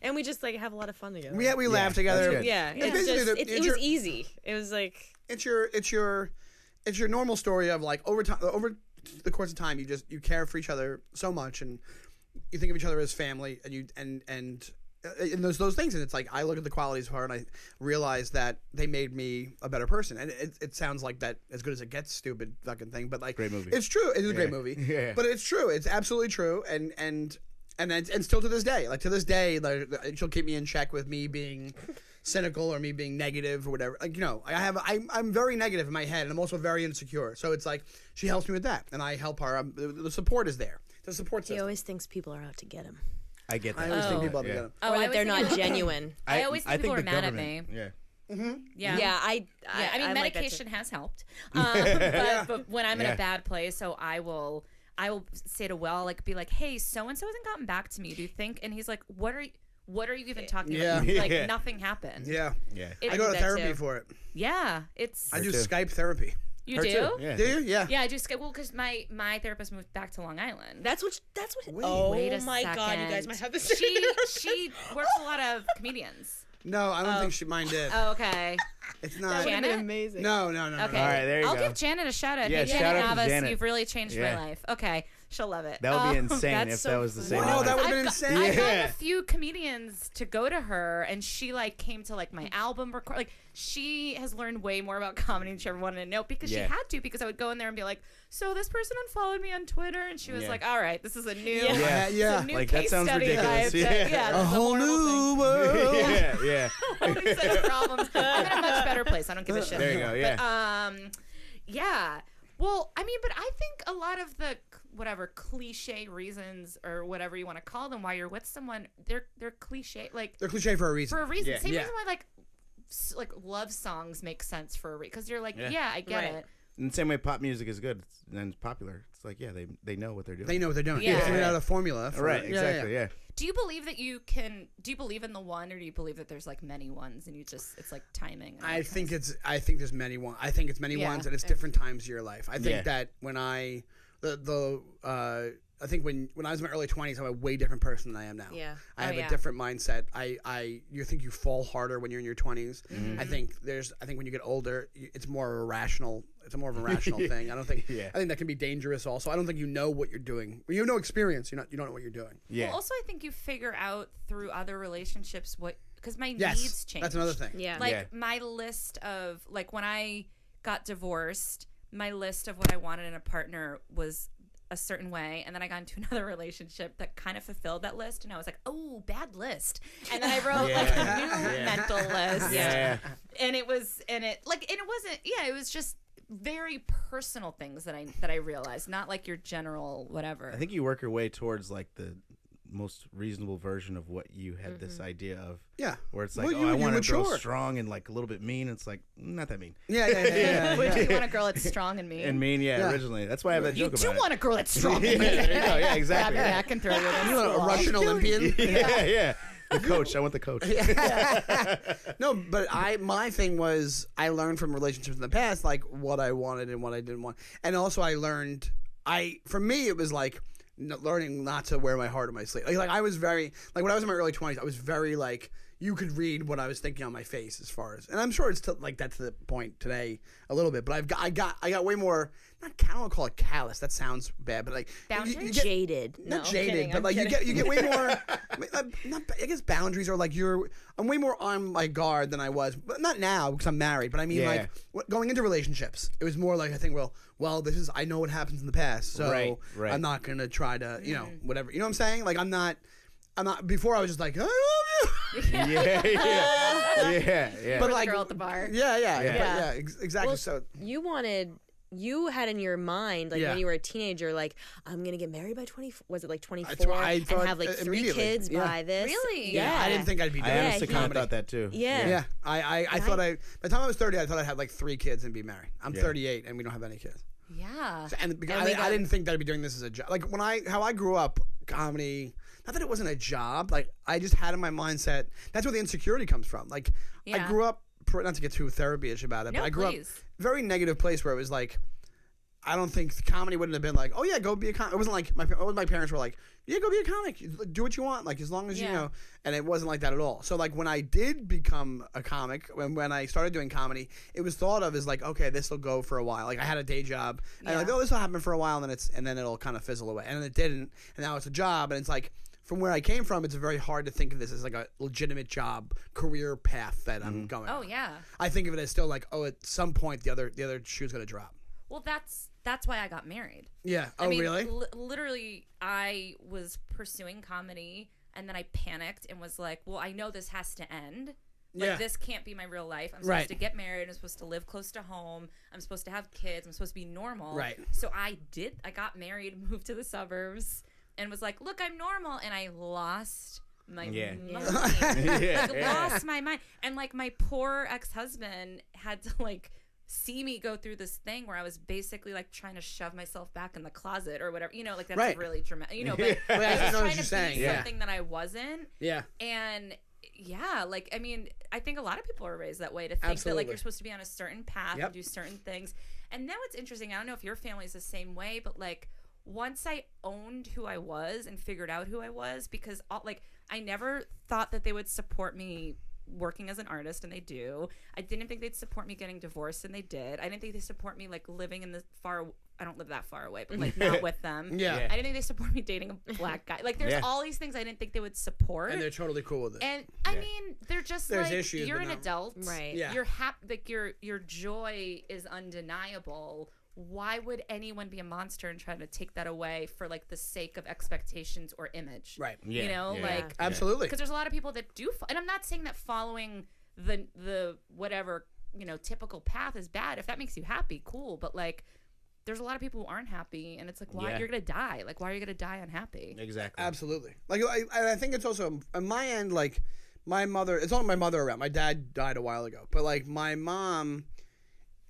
Speaker 4: and we just like have a lot of fun together.
Speaker 3: We we laugh together.
Speaker 1: that's good.
Speaker 4: yeah,
Speaker 3: It's
Speaker 4: it's
Speaker 3: basically
Speaker 4: just,
Speaker 3: the-
Speaker 4: it, it
Speaker 3: it's
Speaker 4: was
Speaker 3: your-
Speaker 4: easy. It was like
Speaker 3: it's your it's your it's your normal story of like over time over the course of time you just you care for each other so much and you think of each other as family and you and and uh, and those those things and it's like I look at the qualities of her and I realize that they made me a better person and it, it sounds like that as good as it gets stupid fucking thing but like
Speaker 1: Great movie.
Speaker 3: it's true it is a great movie
Speaker 1: Yeah.
Speaker 3: but it's true it's absolutely true and and and it's- and still to this day like to this day like she'll keep me in check with me being cynical or me being negative or whatever. Like, you know, I have I'm, I'm very negative in my head, and I'm also very insecure. So it's like she helps me with that, and I help her. i the, the support is there. The support system.
Speaker 4: always thinks people are out to get him,
Speaker 1: I get
Speaker 3: I
Speaker 1: that.
Speaker 3: always think
Speaker 2: Oh.
Speaker 3: people have
Speaker 1: Yeah.
Speaker 3: together.
Speaker 2: Oh,
Speaker 4: or
Speaker 2: I
Speaker 4: that
Speaker 2: was
Speaker 4: they're not
Speaker 2: thinking-
Speaker 4: genuine.
Speaker 2: I always think people
Speaker 1: the
Speaker 2: are mad at
Speaker 1: government- Yeah.
Speaker 2: Yeah.
Speaker 4: Yeah, I. I,
Speaker 2: Yeah, I mean,
Speaker 4: I like that too.
Speaker 2: medication has helped. Um, but, but when I'm in
Speaker 1: Yeah.
Speaker 2: a bad place, so I will, I will say to Will, like, be like, "Hey, so and so hasn't gotten back to me. Do you think?" And he's like, "What are you? What are you even talking about?
Speaker 1: Yeah.
Speaker 2: Like,
Speaker 1: Yeah.
Speaker 2: nothing happened.
Speaker 3: Yeah.
Speaker 1: Yeah.
Speaker 2: It-
Speaker 3: I go to
Speaker 4: that
Speaker 3: therapy
Speaker 4: too.
Speaker 3: for it.
Speaker 2: yeah, it's
Speaker 3: I do
Speaker 1: too.
Speaker 3: Skype therapy.
Speaker 2: you
Speaker 1: Her
Speaker 2: do.
Speaker 1: too. Yeah.
Speaker 3: Do you? Yeah.
Speaker 2: Yeah, I do Skype. Well, because my my therapist moved back to Long Island.
Speaker 4: That's what. That's what. oh
Speaker 2: Wait a
Speaker 4: my god, you guys
Speaker 2: second.
Speaker 4: might have this.
Speaker 2: She she works with a lot of comedians.
Speaker 3: No, I don't think she mine did.
Speaker 2: Oh, okay.
Speaker 3: it's not.
Speaker 2: Janet?
Speaker 4: amazing.
Speaker 3: No, no, no, no.
Speaker 2: Okay.
Speaker 3: no.
Speaker 1: All right, there you
Speaker 2: I'll
Speaker 1: go.
Speaker 2: give Janet a shout out.
Speaker 1: Yeah,
Speaker 2: hey,
Speaker 1: shout
Speaker 2: Janet
Speaker 1: out to
Speaker 2: Navas,
Speaker 1: Janet.
Speaker 2: you've really changed
Speaker 1: Yeah.
Speaker 2: my life. Okay, she'll love it.
Speaker 1: That would be
Speaker 2: Um,
Speaker 1: insane
Speaker 4: that's
Speaker 1: if
Speaker 4: so
Speaker 1: that was the same.
Speaker 4: funny.
Speaker 3: No,
Speaker 1: one.
Speaker 3: that would have
Speaker 2: I've
Speaker 3: been
Speaker 2: got-
Speaker 3: insane.
Speaker 2: I got
Speaker 1: Yeah.
Speaker 2: a few comedians to go to her, and she like came to like my album record. Like she has learned way more about comedy than she ever wanted to know because
Speaker 1: Yeah.
Speaker 2: she had to. Because I would go in there and be like, "So this person unfollowed me on Twitter," and she was
Speaker 1: Yeah.
Speaker 2: like, "All right, this is a new,
Speaker 4: Yeah.
Speaker 2: this
Speaker 3: Yeah.
Speaker 1: Yeah.
Speaker 2: is a
Speaker 3: yeah.
Speaker 2: new
Speaker 1: Like, that
Speaker 2: case
Speaker 1: sounds
Speaker 2: study that I have
Speaker 1: ridiculous.
Speaker 2: to- yeah,
Speaker 1: Yeah.
Speaker 3: A
Speaker 2: this is
Speaker 3: whole
Speaker 2: horrible thing."
Speaker 3: new world.
Speaker 1: yeah, yeah.
Speaker 2: Whole new set of problems. I'm in a much better place. I don't give a shit.
Speaker 1: There you go. Yeah.
Speaker 2: Um, yeah. Well, I mean, but I think a lot of the c- whatever cliche reasons or whatever you want to call them why you're with someone, they're they're cliche like
Speaker 3: They're cliche for a reason.
Speaker 2: for a reason.
Speaker 1: Yeah.
Speaker 2: Same
Speaker 3: Yeah.
Speaker 2: reason why like s- like love songs make sense for a reason because you're like, yeah, I get
Speaker 4: Right.
Speaker 2: it.
Speaker 1: In the same way, pop music is good it's- and it's popular. It's like, yeah, they they know what they're doing.
Speaker 3: they know what they're doing.
Speaker 2: Yeah.
Speaker 3: They figured out a formula. For
Speaker 1: Right.
Speaker 3: it.
Speaker 1: Exactly. Yeah.
Speaker 2: Do you believe that you can? Do you believe in the one, or do you believe that there's like many ones, and you just it's like timing? and all
Speaker 3: I
Speaker 2: that kind
Speaker 3: think
Speaker 2: of
Speaker 3: it's. I think there's many ones. I think it's many
Speaker 2: Yeah.
Speaker 3: ones, and it's different times of your life. I think
Speaker 1: Yeah.
Speaker 3: that when I the the uh, I think when when I was in my early twenties, I'm a way different person than I am now.
Speaker 4: Yeah.
Speaker 3: I
Speaker 2: Oh,
Speaker 3: have
Speaker 2: yeah.
Speaker 3: a different mindset. I I you think
Speaker 1: Mm-hmm.
Speaker 3: you fall harder when you're in your 20s. I think there's. I think when you get older, you- it's more of a rational It's a more of a rational thing. I don't think.
Speaker 1: Yeah.
Speaker 3: I think that can be dangerous. Also, I don't think you know what you're doing. You have no experience. You're not. You don't know what you're doing.
Speaker 1: Yeah.
Speaker 2: Well, also, I think you figure out through other relationships what because my
Speaker 3: Yes,
Speaker 2: needs change.
Speaker 3: that's another thing.
Speaker 4: Yeah.
Speaker 2: Like
Speaker 1: Yeah.
Speaker 2: my list of like when I got divorced, my list of what I wanted in a partner was a certain way, and then I got into another relationship that kind of fulfilled that list, and I was like, oh, bad list, and then I wrote like a new mental list,
Speaker 1: yeah.
Speaker 2: and it was and it like and it wasn't yeah, it was just very personal things that I that I realized, not like your general whatever.
Speaker 1: I think you work your way towards like the most reasonable version of what you had
Speaker 2: Mm-hmm.
Speaker 1: this idea of.
Speaker 3: Yeah.
Speaker 1: Where it's like,
Speaker 3: Well,
Speaker 1: oh,
Speaker 3: you-
Speaker 1: I
Speaker 3: you
Speaker 1: want to grow
Speaker 3: mature.
Speaker 1: strong and like a little bit mean. It's like not that mean.
Speaker 3: Yeah. Yeah. Yeah. yeah, yeah.
Speaker 2: Would you want a girl that's strong and mean?
Speaker 1: And mean, yeah,
Speaker 3: Yeah.
Speaker 1: originally. That's why I have that
Speaker 2: you
Speaker 1: joke
Speaker 2: do
Speaker 1: about
Speaker 2: want a girl that's strong and
Speaker 1: it.
Speaker 2: mean.
Speaker 1: yeah, there you go. Yeah,
Speaker 2: Grab
Speaker 1: exactly.
Speaker 2: your neck and throw you against the
Speaker 3: You want a
Speaker 2: wall.
Speaker 3: Russian Olympian?
Speaker 1: yeah, yeah. The coach. I want the coach.
Speaker 3: No, but I my thing was I learned from relationships in the past like what I wanted and what I didn't want, and also I learned I for me it was like n- learning not to wear my heart on my sleeve. Like, like I was very like when I was in my early twenties, I was very like you could read what I was thinking on my face as far as, and I'm sure it's t- like that's the point today a little bit. But I've got I got I got way more not I don't want to call it callous. That sounds bad, but like you- you
Speaker 2: Boundaries?
Speaker 3: get-
Speaker 4: Jaded. No.
Speaker 3: not jaded,
Speaker 2: kidding,
Speaker 3: but
Speaker 2: I'm
Speaker 3: like you
Speaker 2: kidding.
Speaker 3: get you get way more. I mean, I'm not, I guess boundaries are like you're. I'm way more on my guard than I was, but not now because I'm married. But I mean,
Speaker 1: Yeah.
Speaker 3: like w- going into relationships, it was more like I think, well, well, this is I know what happens in the past, so
Speaker 1: Right, right.
Speaker 3: I'm not gonna try to, you know,
Speaker 2: Mm-hmm.
Speaker 3: whatever. You know what I'm saying? Like I'm not. I'm not. Before I was just like, I love you,
Speaker 1: yeah, yeah, yeah, yeah.
Speaker 3: but like
Speaker 2: girl at the bar.
Speaker 3: Yeah, yeah, yeah,
Speaker 1: Yeah.
Speaker 3: yeah, ex- exactly. so
Speaker 4: You wanted. You had in your mind, like
Speaker 3: Yeah.
Speaker 4: when you were a teenager, like I'm gonna get married by 24. Was it like 24?
Speaker 3: what I
Speaker 4: and
Speaker 3: thought
Speaker 4: have like
Speaker 3: i-
Speaker 4: three
Speaker 3: immediately.
Speaker 4: kids
Speaker 3: Yeah.
Speaker 4: by this.
Speaker 2: Really?
Speaker 4: Yeah.
Speaker 3: I didn't think I'd be.
Speaker 1: I
Speaker 3: doing
Speaker 1: honestly
Speaker 4: he-
Speaker 1: kind of
Speaker 3: comedy.
Speaker 1: thought that too.
Speaker 4: Yeah.
Speaker 3: Yeah, I, I, I thought I. By the time I was 30, I thought I'd have like three kids and be married. I'm
Speaker 1: Yeah.
Speaker 3: 38 and we don't have any kids.
Speaker 2: Yeah.
Speaker 3: and because
Speaker 4: And we
Speaker 3: I, I
Speaker 4: got-
Speaker 3: didn't think that I'd be doing this as a job. Like when I how I grew up, comedy. Not that it wasn't a job. Like I just had in my mindset. That's where the insecurity comes from. Like I
Speaker 2: Yeah.
Speaker 3: grew up. pr- Not to get too therapy-ish about it,
Speaker 2: No,
Speaker 3: but I grew
Speaker 2: please.
Speaker 3: up very negative place where it was like. I don't think the comedy wouldn't have been like, oh yeah, go be a comic. It wasn't like my pa- my parents were like, yeah, go be a comic, do what you want, like as long as you
Speaker 2: Yeah.
Speaker 3: know. And it wasn't like that at all. So like when I did become a comic, when when I started doing comedy, it was thought of as like, okay, this will go for a while. Like I had a day job, and like oh, this will happen for a while, and then it's and then it'll kind of fizzle away, and then it didn't, and now it's a job, and it's like. From where I came from, it's very hard to think of this as like a legitimate job career path that I'm going.
Speaker 2: Oh
Speaker 3: on.
Speaker 2: yeah.
Speaker 3: I think of it as still like, oh, at some point the other the other shoe's gonna drop.
Speaker 2: Well, that's that's why I got married.
Speaker 3: Yeah. Oh,
Speaker 2: I mean,
Speaker 3: really?
Speaker 2: li- literally, I was pursuing comedy, and then I panicked and was like, "Well, I know this has to end. Like,
Speaker 3: Yeah.
Speaker 2: this can't be my real life. I'm supposed
Speaker 3: Right.
Speaker 2: to get married. I'm supposed to live close to home. I'm supposed to have kids. I'm supposed to be normal.
Speaker 3: Right.
Speaker 2: So I did. I got married, moved to the suburbs, and was like, "Look, I'm normal," and I lost my
Speaker 1: Yeah.
Speaker 2: mind.
Speaker 1: yeah,
Speaker 2: like lost my mind and like my poor ex-husband had to like see me go through this thing where I was basically like trying to shove myself back in the closet or whatever. You know, like that's
Speaker 3: Right.
Speaker 2: really dramatic. You know, but
Speaker 1: Wait,
Speaker 3: I
Speaker 2: I
Speaker 3: just
Speaker 2: was
Speaker 3: know what
Speaker 2: trying
Speaker 3: you're
Speaker 2: to
Speaker 3: saying,
Speaker 2: be
Speaker 3: yeah.
Speaker 2: something that I wasn't.
Speaker 3: Yeah.
Speaker 2: And yeah, like I mean, I think a lot of people are raised that way to think that
Speaker 3: Absolutely.
Speaker 2: like you're supposed to be on a certain path
Speaker 3: Yep.
Speaker 2: and do certain things. And now it's interesting. I don't know if your family is the same way, but like once I owned who I was and figured out who I was, because all, like I never thought that they would support me working as an artist and they do. I didn't think they'd support me getting divorced and they did. I didn't think they support me like living in the far I don't live that far away, but like not with them.
Speaker 3: Yeah. Yeah.
Speaker 2: I didn't think they support me dating a black guy. Like there's
Speaker 1: Yeah.
Speaker 2: all these things I didn't think they would support.
Speaker 3: And they're totally cool with it.
Speaker 2: And I mean, they're just
Speaker 3: There's
Speaker 2: like
Speaker 3: issues,
Speaker 2: you're
Speaker 3: but
Speaker 2: an
Speaker 3: not-
Speaker 2: adult,
Speaker 4: Right.
Speaker 3: Yeah.
Speaker 2: Your hap- like your your joy is undeniable. Why would anyone be a monster and try to take that away for like the sake of expectations or image?
Speaker 3: Right.
Speaker 2: You know, like
Speaker 3: Absolutely.
Speaker 2: because there's a lot of people that do, fo- and I'm not saying that following the the whatever you know typical path is bad. If that makes you happy, cool. But like, there's a lot of people who aren't happy, and it's like, why
Speaker 1: Yeah.
Speaker 2: you're gonna die? Like, why are you gonna die unhappy?
Speaker 1: exactly.
Speaker 3: Absolutely. Like I, I I think it's also on my end. Like my mother, it's only my mother around. My dad died a while ago, but like my mom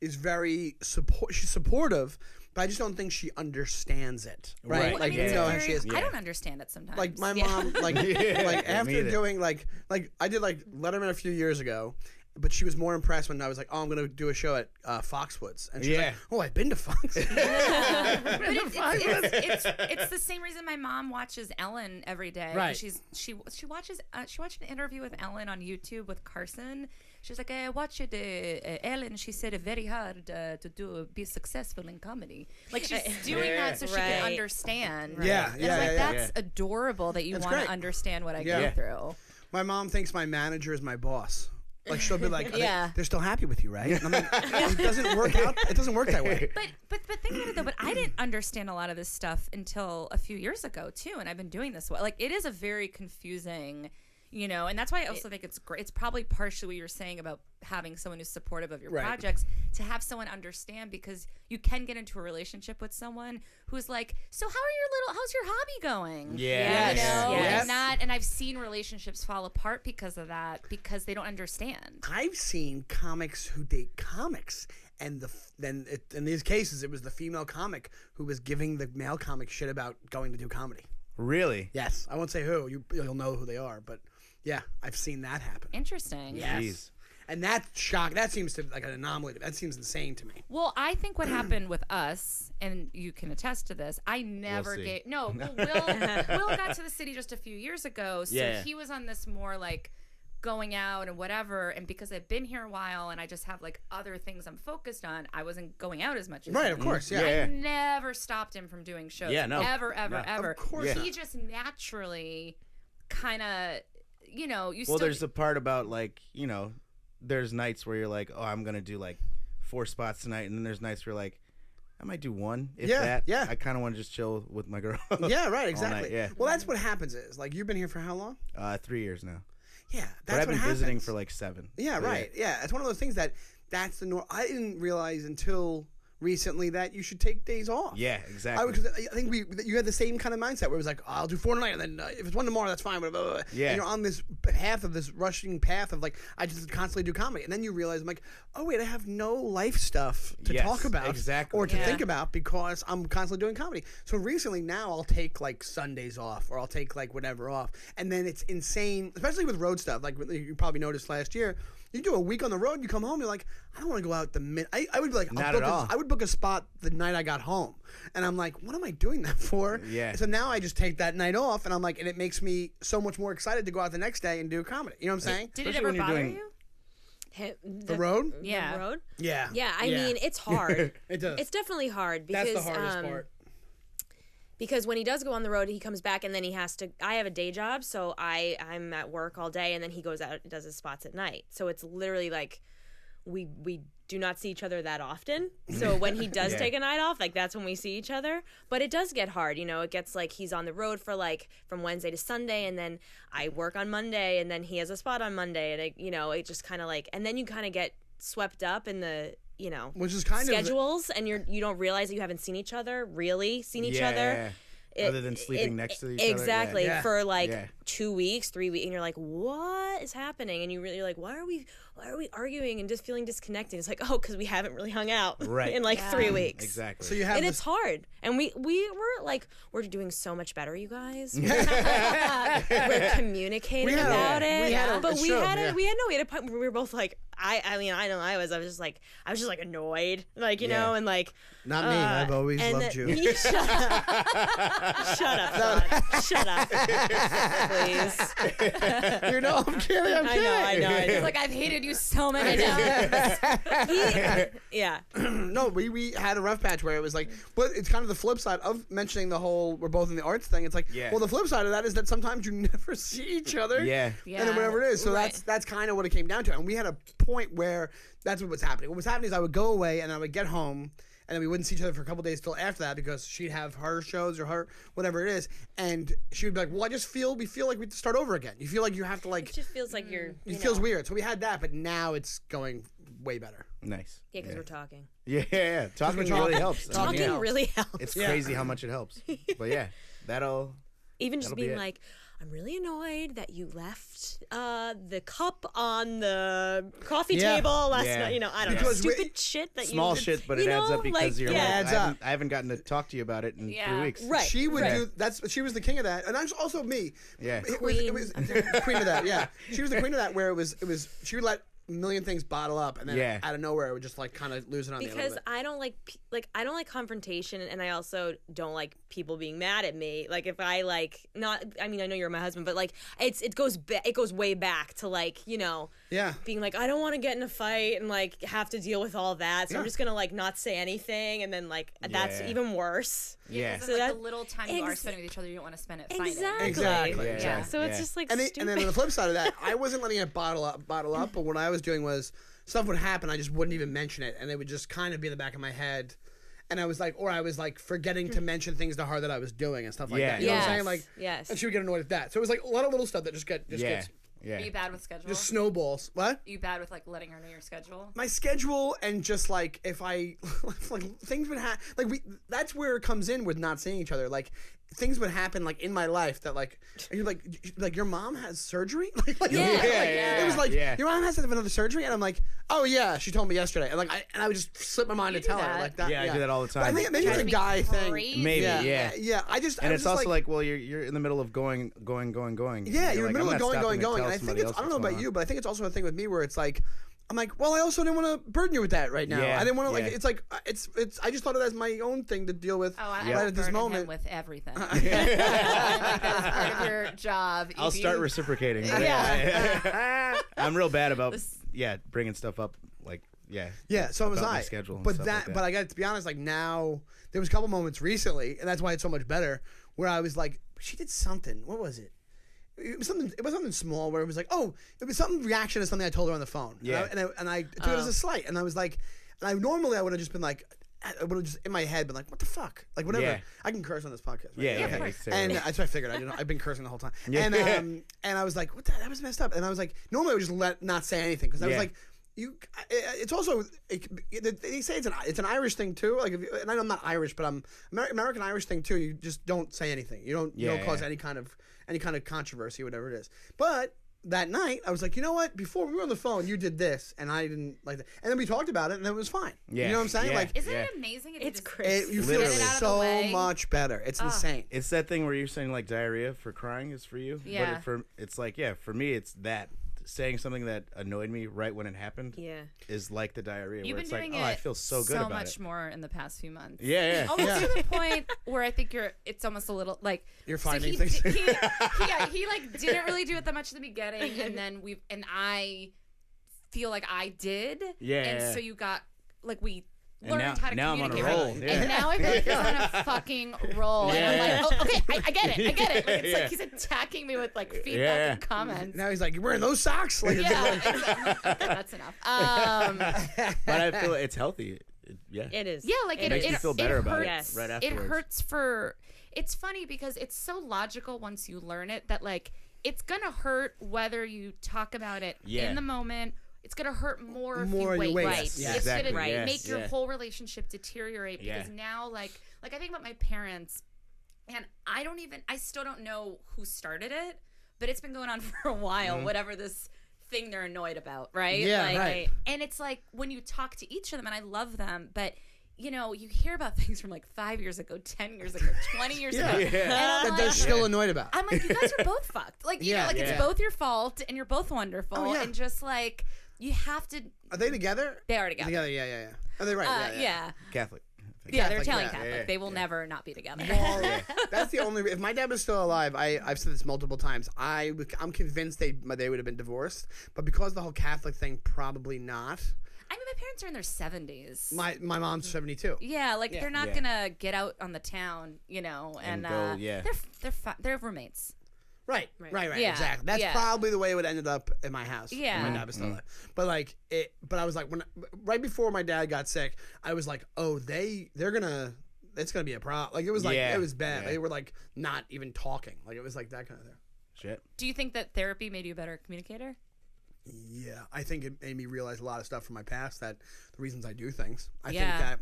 Speaker 3: is very support. She's supportive, but I just don't think she understands it. Right.
Speaker 1: Right.
Speaker 2: Well,
Speaker 3: Like
Speaker 2: I mean, it's
Speaker 3: you know
Speaker 2: a
Speaker 3: how she
Speaker 2: very-
Speaker 3: is.
Speaker 2: I don't understand it sometimes.
Speaker 3: Like my
Speaker 2: Yeah.
Speaker 3: mom, like
Speaker 1: Yeah,
Speaker 3: like
Speaker 1: me
Speaker 3: after
Speaker 1: neither.
Speaker 3: doing like like I did like Letterman a few years ago, but she was more impressed when I was like, "Oh, I'm gonna do a show at uh, Foxwoods," and she's
Speaker 1: Yeah.
Speaker 3: like, "Oh, I've been to Foxwoods."
Speaker 2: But it's, it's, it's, it's, it's the same reason my mom watches Ellen every day. 'cause
Speaker 3: Right.
Speaker 2: She's she she watches uh, she watched an interview with Ellen on YouTube with Carson. She's like, I watched uh, uh, Ellen. She said it very hard uh, to do be successful in comedy. Like she's doing that so she
Speaker 4: Right.
Speaker 2: can understand.
Speaker 3: Yeah,
Speaker 2: And
Speaker 3: yeah,
Speaker 2: it's like
Speaker 3: yeah, yeah.
Speaker 2: that's adorable that you
Speaker 3: That's
Speaker 2: want
Speaker 3: great.
Speaker 2: to understand what I
Speaker 3: Yeah.
Speaker 2: go through.
Speaker 3: my mom thinks my manager is my boss. Like she'll be like, "Are they-
Speaker 2: Yeah.
Speaker 3: they're still happy with you, right?" And I'm like, "It doesn't work out. It doesn't work that way."
Speaker 2: But but but think about it though. But I didn't understand a lot of this stuff until a few years ago too, and I've been doing this. wa- Like it is a very confusing, you know, and that's why I also think it's great. It's probably partially what you're saying about having someone who's supportive of your
Speaker 3: Right.
Speaker 2: projects to have someone understand because you can get into a relationship with someone who's like, so how are your little, how's your hobby going?
Speaker 1: Yes.
Speaker 2: You know,
Speaker 4: Yes.
Speaker 2: and not, and I've seen relationships fall apart because of that because they don't understand.
Speaker 3: I've seen comics who date comics, and the f- then it, in these cases, it was the female comic who was giving the male comic shit about going to do comedy.
Speaker 1: Really?
Speaker 3: Yes, I won't say who. You you'll know who they are, but yeah, I've seen that happen.
Speaker 2: Interesting. Yeah.
Speaker 1: Jeez.
Speaker 3: And that shock that seems to like an anomaly. That seems insane to me.
Speaker 2: Well, I think what happened with us, and you can attest to this, I never
Speaker 1: see.
Speaker 2: gave. No, well, Will, Will got to the city just a few years ago. So
Speaker 1: Yeah.
Speaker 2: he was on this more like going out and whatever. And because I've been here a while and I just have like other things I'm focused on, I wasn't going out as much as
Speaker 3: Right,
Speaker 2: him.
Speaker 3: of course, yeah.
Speaker 1: Mm.
Speaker 2: I
Speaker 1: Yeah.
Speaker 2: never stopped him from doing shows.
Speaker 1: Yeah, no.
Speaker 2: Ever, ever,
Speaker 1: No. Of
Speaker 2: ever.
Speaker 3: course
Speaker 1: Yeah.
Speaker 2: He just naturally kind of, you know, you
Speaker 1: Well,
Speaker 2: still.
Speaker 1: there's the part about like you know, there's nights where you're like, oh, I'm gonna do like four spots tonight, and then there's nights where you're like, I might do one. If
Speaker 3: Yeah,
Speaker 1: that.
Speaker 3: yeah.
Speaker 1: I kind of want to just chill with my girl.
Speaker 3: Yeah,
Speaker 1: All
Speaker 3: right,
Speaker 1: night,
Speaker 3: exactly.
Speaker 1: yeah.
Speaker 3: Well, that's what happens is like you've been here for how long?
Speaker 1: Uh, three years now,
Speaker 3: Yeah,
Speaker 1: but
Speaker 3: that's
Speaker 1: I've
Speaker 3: what
Speaker 1: been
Speaker 3: happens.
Speaker 1: visiting for like seven.
Speaker 3: Yeah,
Speaker 1: So,
Speaker 3: right. Yeah. it's one of those things that that's the norm. I didn't realize until recently that you should take days off.
Speaker 1: Yeah,
Speaker 3: I,
Speaker 1: exactly.
Speaker 3: would- 'cause I think we you had the same kind of mindset where it was like I'll do four tonight and then uh, if it's one tomorrow that's fine. Blah, blah, blah.
Speaker 1: Yeah.
Speaker 3: and you're on this path of this rushing path of like I just constantly do comedy and then you realize I'm like oh wait I have no life stuff to
Speaker 1: Yes,
Speaker 3: talk about
Speaker 1: exactly.
Speaker 3: or to
Speaker 2: Yeah.
Speaker 3: think about because I'm constantly doing comedy. So recently now I'll take like Sundays off or I'll take like whatever off and then it's insane especially with road stuff like you probably noticed last year. You do a week on the road, you come home, you're like, I don't want to go out the minute. I, I would be like, I'll
Speaker 1: Not
Speaker 3: book
Speaker 1: at
Speaker 3: a-
Speaker 1: all.
Speaker 3: I would book a spot the night I got home, and I'm like, what am I doing that for?
Speaker 1: Yeah.
Speaker 3: So now I just take that night off, and I'm like, and it makes me so much more excited to go out the next day and do comedy. You know what I'm saying?
Speaker 2: did it
Speaker 1: Especially
Speaker 2: ever
Speaker 1: when you're
Speaker 2: bother
Speaker 1: doing-
Speaker 2: you?
Speaker 4: Him-
Speaker 3: The road.
Speaker 2: Yeah.
Speaker 4: The road?
Speaker 3: Yeah.
Speaker 4: Yeah, I mean, it's hard.
Speaker 3: It does.
Speaker 4: It's definitely hard because
Speaker 3: That's the hardest
Speaker 4: um,
Speaker 3: part.
Speaker 4: because when he does go on the road, he comes back and then he has to. I have a day job, so I I'm at work all day, and then he goes out and does his spots at night. So it's literally like we we do not see each other that often. So when he does take a night off, like that's when we see each other. But it does get hard, you know. It gets like he's on the road for like from Wednesday to Sunday, and then I work on Monday, and then he has a spot on Monday, and it, you know it just kind of like, and then you kind of get swept up in the you know
Speaker 3: Which is kind of the-
Speaker 4: schedules and you're you don't realize that you haven't seen each other really seen each
Speaker 1: Yeah,
Speaker 4: other
Speaker 1: yeah, yeah.
Speaker 4: it-
Speaker 1: Other than
Speaker 4: it-
Speaker 1: sleeping next to each other.
Speaker 4: exactly
Speaker 1: Yeah.
Speaker 3: Yeah.
Speaker 4: for like
Speaker 1: Yeah.
Speaker 4: two weeks three weeks and you're like what is happening and you really you're like why are we why are we arguing and just feeling disconnected it's like oh because we haven't really hung out
Speaker 1: Right.
Speaker 4: in like three weeks
Speaker 1: Exactly.
Speaker 3: Um, So you have
Speaker 4: and
Speaker 3: this.
Speaker 4: it's hard and we we were like we're doing so much better you guys we're communicating
Speaker 3: We had a-
Speaker 4: about it
Speaker 3: we had a-
Speaker 4: but
Speaker 3: it's
Speaker 4: we
Speaker 3: true,
Speaker 4: had a
Speaker 3: yeah.
Speaker 4: we had no we had a point where we were both like i i mean i know i was i was just like i was just like annoyed like you know
Speaker 1: Yeah.
Speaker 4: and like
Speaker 3: Not me. I've always
Speaker 4: Uh, and
Speaker 3: loved
Speaker 4: the-
Speaker 3: you.
Speaker 4: shut up. shut up, Sean. Shut up. Please.
Speaker 3: you know, I'm kidding. I'm
Speaker 4: I know, I know, I
Speaker 2: It's
Speaker 4: know.
Speaker 2: like I've hated you so many times.
Speaker 4: Yeah.
Speaker 3: no, we, we had a rough patch where it was like, but it's kind of the flip side of mentioning the whole we're both in the arts thing. It's like,
Speaker 1: Yeah.
Speaker 3: well, the flip side of that is that sometimes you never see each other.
Speaker 1: Yeah.
Speaker 2: Yeah.
Speaker 3: And whatever it is. So
Speaker 4: Right.
Speaker 3: that's that's kind of what it came down to. And we had a point where that's what was happening. What was happening is I would go away and I would get home and then we wouldn't see each other for a couple days till after that because she'd have her shows or her whatever it is. And she would be like, Well, I just feel we feel like we have to start over again. You feel like you have to like
Speaker 4: It just feels like you're.
Speaker 3: it feels weird. So we had that, but now it's going way better.
Speaker 1: nice.
Speaker 4: Yeah, because we're talking.
Speaker 1: Yeah, yeah, yeah. Talking
Speaker 3: we're
Speaker 1: really
Speaker 3: talking.
Speaker 1: helps. I mean,
Speaker 4: Talking really helps.
Speaker 1: It's crazy how much it helps. But yeah, that'll.
Speaker 4: Even just
Speaker 1: That'll be it.
Speaker 4: being like, I'm really annoyed that you left uh, the cup on the coffee
Speaker 3: Yeah.
Speaker 4: table last
Speaker 1: Yeah.
Speaker 4: night. You know, I don't know.
Speaker 3: Because we-
Speaker 4: Stupid shit that you.
Speaker 1: Small shit, but it
Speaker 4: you
Speaker 1: adds
Speaker 4: know,
Speaker 1: up because
Speaker 4: like,
Speaker 1: you're
Speaker 4: yeah.
Speaker 1: like,
Speaker 3: Adds
Speaker 1: I haven't,
Speaker 3: up.
Speaker 1: I haven't gotten to talk to you about it in
Speaker 2: Yeah.
Speaker 1: three weeks.
Speaker 4: Right.
Speaker 3: She would
Speaker 4: right.
Speaker 3: do that's she was the king of that, and that's also me.
Speaker 1: Yeah.
Speaker 3: It was- it
Speaker 4: Queen.
Speaker 3: was- queen of that. Yeah, she was the queen of that. Where it was, it was she would let a million things bottle up, and then
Speaker 1: Yeah.
Speaker 3: out of nowhere, it would just like kind of lose it on me a
Speaker 4: because
Speaker 3: little bit.
Speaker 4: I don't like pe- like I don't like confrontation, and I also don't like people being mad at me. Like if I like not, I mean I know you're my husband, but like it's it goes ba- it goes way back to like you know
Speaker 3: Yeah.
Speaker 4: being like I don't want to get in a fight and like have to deal with all that, so I'm
Speaker 3: Yeah.
Speaker 4: just gonna like not say anything, and then like that's
Speaker 1: Yeah.
Speaker 4: even worse.
Speaker 1: Yeah.
Speaker 2: It's
Speaker 4: So
Speaker 2: like
Speaker 4: that-
Speaker 2: the little time you are
Speaker 4: Ex-
Speaker 2: spending with each other, you don't want to spend it
Speaker 4: Exactly.
Speaker 2: fighting.
Speaker 3: Exactly.
Speaker 1: Yeah.
Speaker 2: Yeah.
Speaker 4: So it's
Speaker 1: yeah.
Speaker 4: just like
Speaker 3: and, it,
Speaker 4: stupid.
Speaker 3: and then on the flip side of that, I wasn't letting it bottle up, bottle up. But what I was doing was stuff would happen, I just wouldn't even mention it, and it would just kind of be in the back of my head. And I was like, or I was like forgetting to mention things to her that I was doing and stuff like that. You know what I'm
Speaker 4: Yes.
Speaker 3: saying? Like,
Speaker 4: Yes.
Speaker 3: And she would get annoyed at that. So it was like a lot of little stuff that just got just
Speaker 1: yeah,
Speaker 3: gets
Speaker 1: yeah.
Speaker 2: Are you bad with schedule?
Speaker 3: just snowballs. What?
Speaker 2: Are you bad with like letting her know your schedule?
Speaker 3: my schedule and just like if I like things would happen like we that's where it comes in with not seeing each other like things would happen like in my life that like you're like like your mom has surgery like, like,
Speaker 4: Yeah,
Speaker 3: like,
Speaker 4: yeah,
Speaker 3: it was like
Speaker 1: yeah.
Speaker 3: your mom has to have another surgery and I'm like oh yeah she told me yesterday and like I, and I would just slip my mind
Speaker 2: You
Speaker 3: to
Speaker 2: do
Speaker 3: tell her
Speaker 2: that.
Speaker 3: like that
Speaker 1: Yeah, I do that all the
Speaker 3: But I
Speaker 1: time.
Speaker 3: think maybe it's a
Speaker 1: Drives me
Speaker 3: guy thing
Speaker 2: Crazy.
Speaker 1: Maybe, yeah.
Speaker 3: yeah yeah I just
Speaker 1: And
Speaker 3: I
Speaker 1: it's
Speaker 3: was just
Speaker 1: also like, well, you're you're in the middle of going, going, going, going.
Speaker 3: yeah, you're in the middle
Speaker 1: I'm
Speaker 3: of
Speaker 1: not stopping
Speaker 3: going, going,
Speaker 1: to
Speaker 3: going.
Speaker 1: tell
Speaker 3: And I think
Speaker 1: somebody
Speaker 3: it's,
Speaker 1: else
Speaker 3: I don't know
Speaker 1: what's
Speaker 3: about
Speaker 1: going
Speaker 3: you, but I think it's also a thing with me where it's like, I'm like, well, I also didn't want to burden you with that right now.
Speaker 1: Yeah,
Speaker 3: I didn't want to like.
Speaker 1: yeah.
Speaker 3: It's like uh, it's it's. I just thought of it as my own thing to deal with
Speaker 2: Oh, I,
Speaker 3: right
Speaker 2: I will
Speaker 3: at this
Speaker 2: burden him
Speaker 3: moment.
Speaker 2: with everything. I think that's part of your job.
Speaker 1: I'll
Speaker 2: If you-
Speaker 1: start reciprocating.
Speaker 2: Yeah.
Speaker 1: I'm real bad about yeah bringing stuff up like yeah
Speaker 3: yeah, so was
Speaker 1: about my
Speaker 3: I.
Speaker 1: schedule and
Speaker 3: but
Speaker 1: stuff
Speaker 3: that,
Speaker 1: like that.
Speaker 3: but I got to be honest. Like now, there was a couple moments recently, and that's why it's so much better. Where I was like, she did something. What was it? It was something. It was something small where it was like, oh, it was some reaction to something I told her on the phone.
Speaker 1: Yeah. Oh.
Speaker 3: and I, and I, and I took it as a slight, and I was like, and I normally I would have just been like, I would have just in my head been like, what the fuck, like whatever.
Speaker 1: Yeah.
Speaker 3: I can curse on this podcast. Right?
Speaker 1: Yeah, yeah,
Speaker 2: of
Speaker 1: yeah,
Speaker 2: course.
Speaker 1: exactly.
Speaker 3: And that's what I figured. I didn't, I've been cursing the whole time. And um, and I was like, what the, that was messed up. And I was like, normally I would just let not say anything because I was
Speaker 1: Yeah.
Speaker 3: like, you. I- I- It's also it, it, they say it's an it's an Irish thing too. Like, if you, and I know I'm not Irish, but I'm Amer- American Irish thing too. You just don't say anything. You don't you
Speaker 1: Yeah,
Speaker 3: don't cause
Speaker 1: yeah.
Speaker 3: any kind of any kind of controversy, whatever it is. But that night, I was like, you know what? Before we were on the phone, you did this, and I didn't like that. And then we talked about it, and then it was fine.
Speaker 1: Yeah,
Speaker 3: You know what I'm saying?
Speaker 1: yeah.
Speaker 3: Like,
Speaker 2: Isn't
Speaker 1: Yeah.
Speaker 2: it amazing? If you
Speaker 4: It's
Speaker 2: just-
Speaker 4: crazy.
Speaker 3: it, you feel
Speaker 1: Literally. Get it
Speaker 2: out of the
Speaker 3: so
Speaker 2: way.
Speaker 3: much better. It's insane.
Speaker 1: It's that thing where you're saying like diarrhea for crying is for you. But
Speaker 2: Yeah.
Speaker 1: it, for it's like yeah, for me it's that saying something that annoyed me right when it happened.
Speaker 4: Yeah.
Speaker 1: Is like the diarrhea
Speaker 2: You've
Speaker 1: where
Speaker 2: been
Speaker 1: it's
Speaker 2: doing
Speaker 1: like
Speaker 2: it
Speaker 1: oh I feel so good
Speaker 2: so
Speaker 1: about
Speaker 2: much
Speaker 1: it.
Speaker 2: more Oh, in the past few months.
Speaker 1: Yeah, yeah.
Speaker 2: Almost to the point where I think you're. It's almost a little like
Speaker 3: You're
Speaker 2: so
Speaker 3: finding
Speaker 2: he,
Speaker 3: things.
Speaker 2: He, he- yeah, he like didn't really do it that much in the beginning, and then we have and I feel like I did.
Speaker 1: Yeah,
Speaker 2: And
Speaker 1: yeah.
Speaker 2: so you got like we.
Speaker 1: And
Speaker 2: Learned
Speaker 1: now-
Speaker 2: how to
Speaker 1: now I'm on a
Speaker 2: communicate.
Speaker 1: roll,
Speaker 2: right?
Speaker 1: yeah.
Speaker 2: And now I feel like he's on a fucking roll. and I'm
Speaker 1: Yeah.
Speaker 2: like, oh, okay, I, I get it. I get it. Like, it's
Speaker 1: Yeah.
Speaker 2: like he's attacking me with like feedback
Speaker 1: Yeah.
Speaker 2: and comments.
Speaker 3: Now he's like, you're wearing those socks? Like,
Speaker 2: Yeah, exactly. Okay, that's enough. Um,
Speaker 1: but I feel it's healthy. It- yeah.
Speaker 4: It is.
Speaker 2: yeah, like it,
Speaker 1: makes
Speaker 2: it,
Speaker 1: you feel better about it
Speaker 2: hurts-
Speaker 1: right
Speaker 2: It
Speaker 1: afterwards.
Speaker 2: hurts for. It's funny because it's so logical once you learn it that like it's gonna hurt whether you talk about it
Speaker 1: Yeah.
Speaker 2: in the moment. It's gonna hurt more if
Speaker 3: More
Speaker 2: you wait.
Speaker 3: you wait.
Speaker 4: Right.
Speaker 1: Yeah,
Speaker 2: it's
Speaker 1: exactly.
Speaker 2: gonna
Speaker 1: Yes,
Speaker 2: make your
Speaker 1: yeah.
Speaker 2: whole relationship deteriorate because
Speaker 1: Yeah.
Speaker 2: now like like I think about my parents and I don't even I still don't know who started it, but it's been going on for a while.
Speaker 1: Mm-hmm.
Speaker 2: Whatever this thing they're annoyed about, right?
Speaker 3: Yeah,
Speaker 2: like,
Speaker 3: right.
Speaker 2: And it's like when you talk to each of them, and I love them, but you know, you hear about things from like five years ago, ten years ago, twenty years
Speaker 3: Yeah.
Speaker 2: ago,
Speaker 3: Yeah.
Speaker 2: and I'm
Speaker 3: that
Speaker 2: like,
Speaker 3: they're still annoyed about.
Speaker 2: I'm like, you guys are both fucked. Like, you
Speaker 3: Yeah.
Speaker 2: know, like
Speaker 1: Yeah.
Speaker 2: it's both your fault, and you're both wonderful,
Speaker 3: Oh, yeah.
Speaker 2: and just like you have to.
Speaker 3: Are they together?
Speaker 2: They are together.
Speaker 3: Together, yeah, yeah, yeah. Are they right?
Speaker 2: Uh,
Speaker 3: yeah,
Speaker 2: yeah.
Speaker 3: yeah.
Speaker 2: yeah,
Speaker 1: Catholic.
Speaker 2: they're
Speaker 3: Catholic,
Speaker 2: Italian
Speaker 3: yeah,
Speaker 2: Catholic.
Speaker 1: yeah,
Speaker 2: they will never not be together.
Speaker 3: All- That's the only. If my dad was still alive, I I've said this multiple times. I would- I'm convinced they they would have been divorced, but because of the whole Catholic thing, probably not.
Speaker 2: I mean, my parents are in their seventies.
Speaker 3: My my mom's 72.
Speaker 2: Yeah, like they're not
Speaker 1: Yeah.
Speaker 2: gonna get out on the town, you know,
Speaker 1: And
Speaker 2: and,
Speaker 1: go-
Speaker 2: uh,
Speaker 1: yeah.
Speaker 2: they're they're fi- they're roommates.
Speaker 3: Right, right, right,
Speaker 2: Yeah,
Speaker 3: exactly. That's
Speaker 2: yeah.
Speaker 3: probably the way it would ended up in my house. if
Speaker 2: Yeah.
Speaker 3: my dad was still alive.
Speaker 1: Mm-hmm.
Speaker 3: But like it, but I was like when right before my dad got sick, I was like, oh, they they're gonna. It's gonna be a problem. Like it was like
Speaker 1: Yeah,
Speaker 3: it was bad.
Speaker 1: yeah.
Speaker 3: They were like not even talking. Like it was like that kind of thing.
Speaker 1: Shit.
Speaker 2: Do you think that therapy made you a better communicator?
Speaker 3: Yeah, I think it made me realize a lot of stuff from my past that the reasons I do things. I
Speaker 2: Yeah.
Speaker 3: think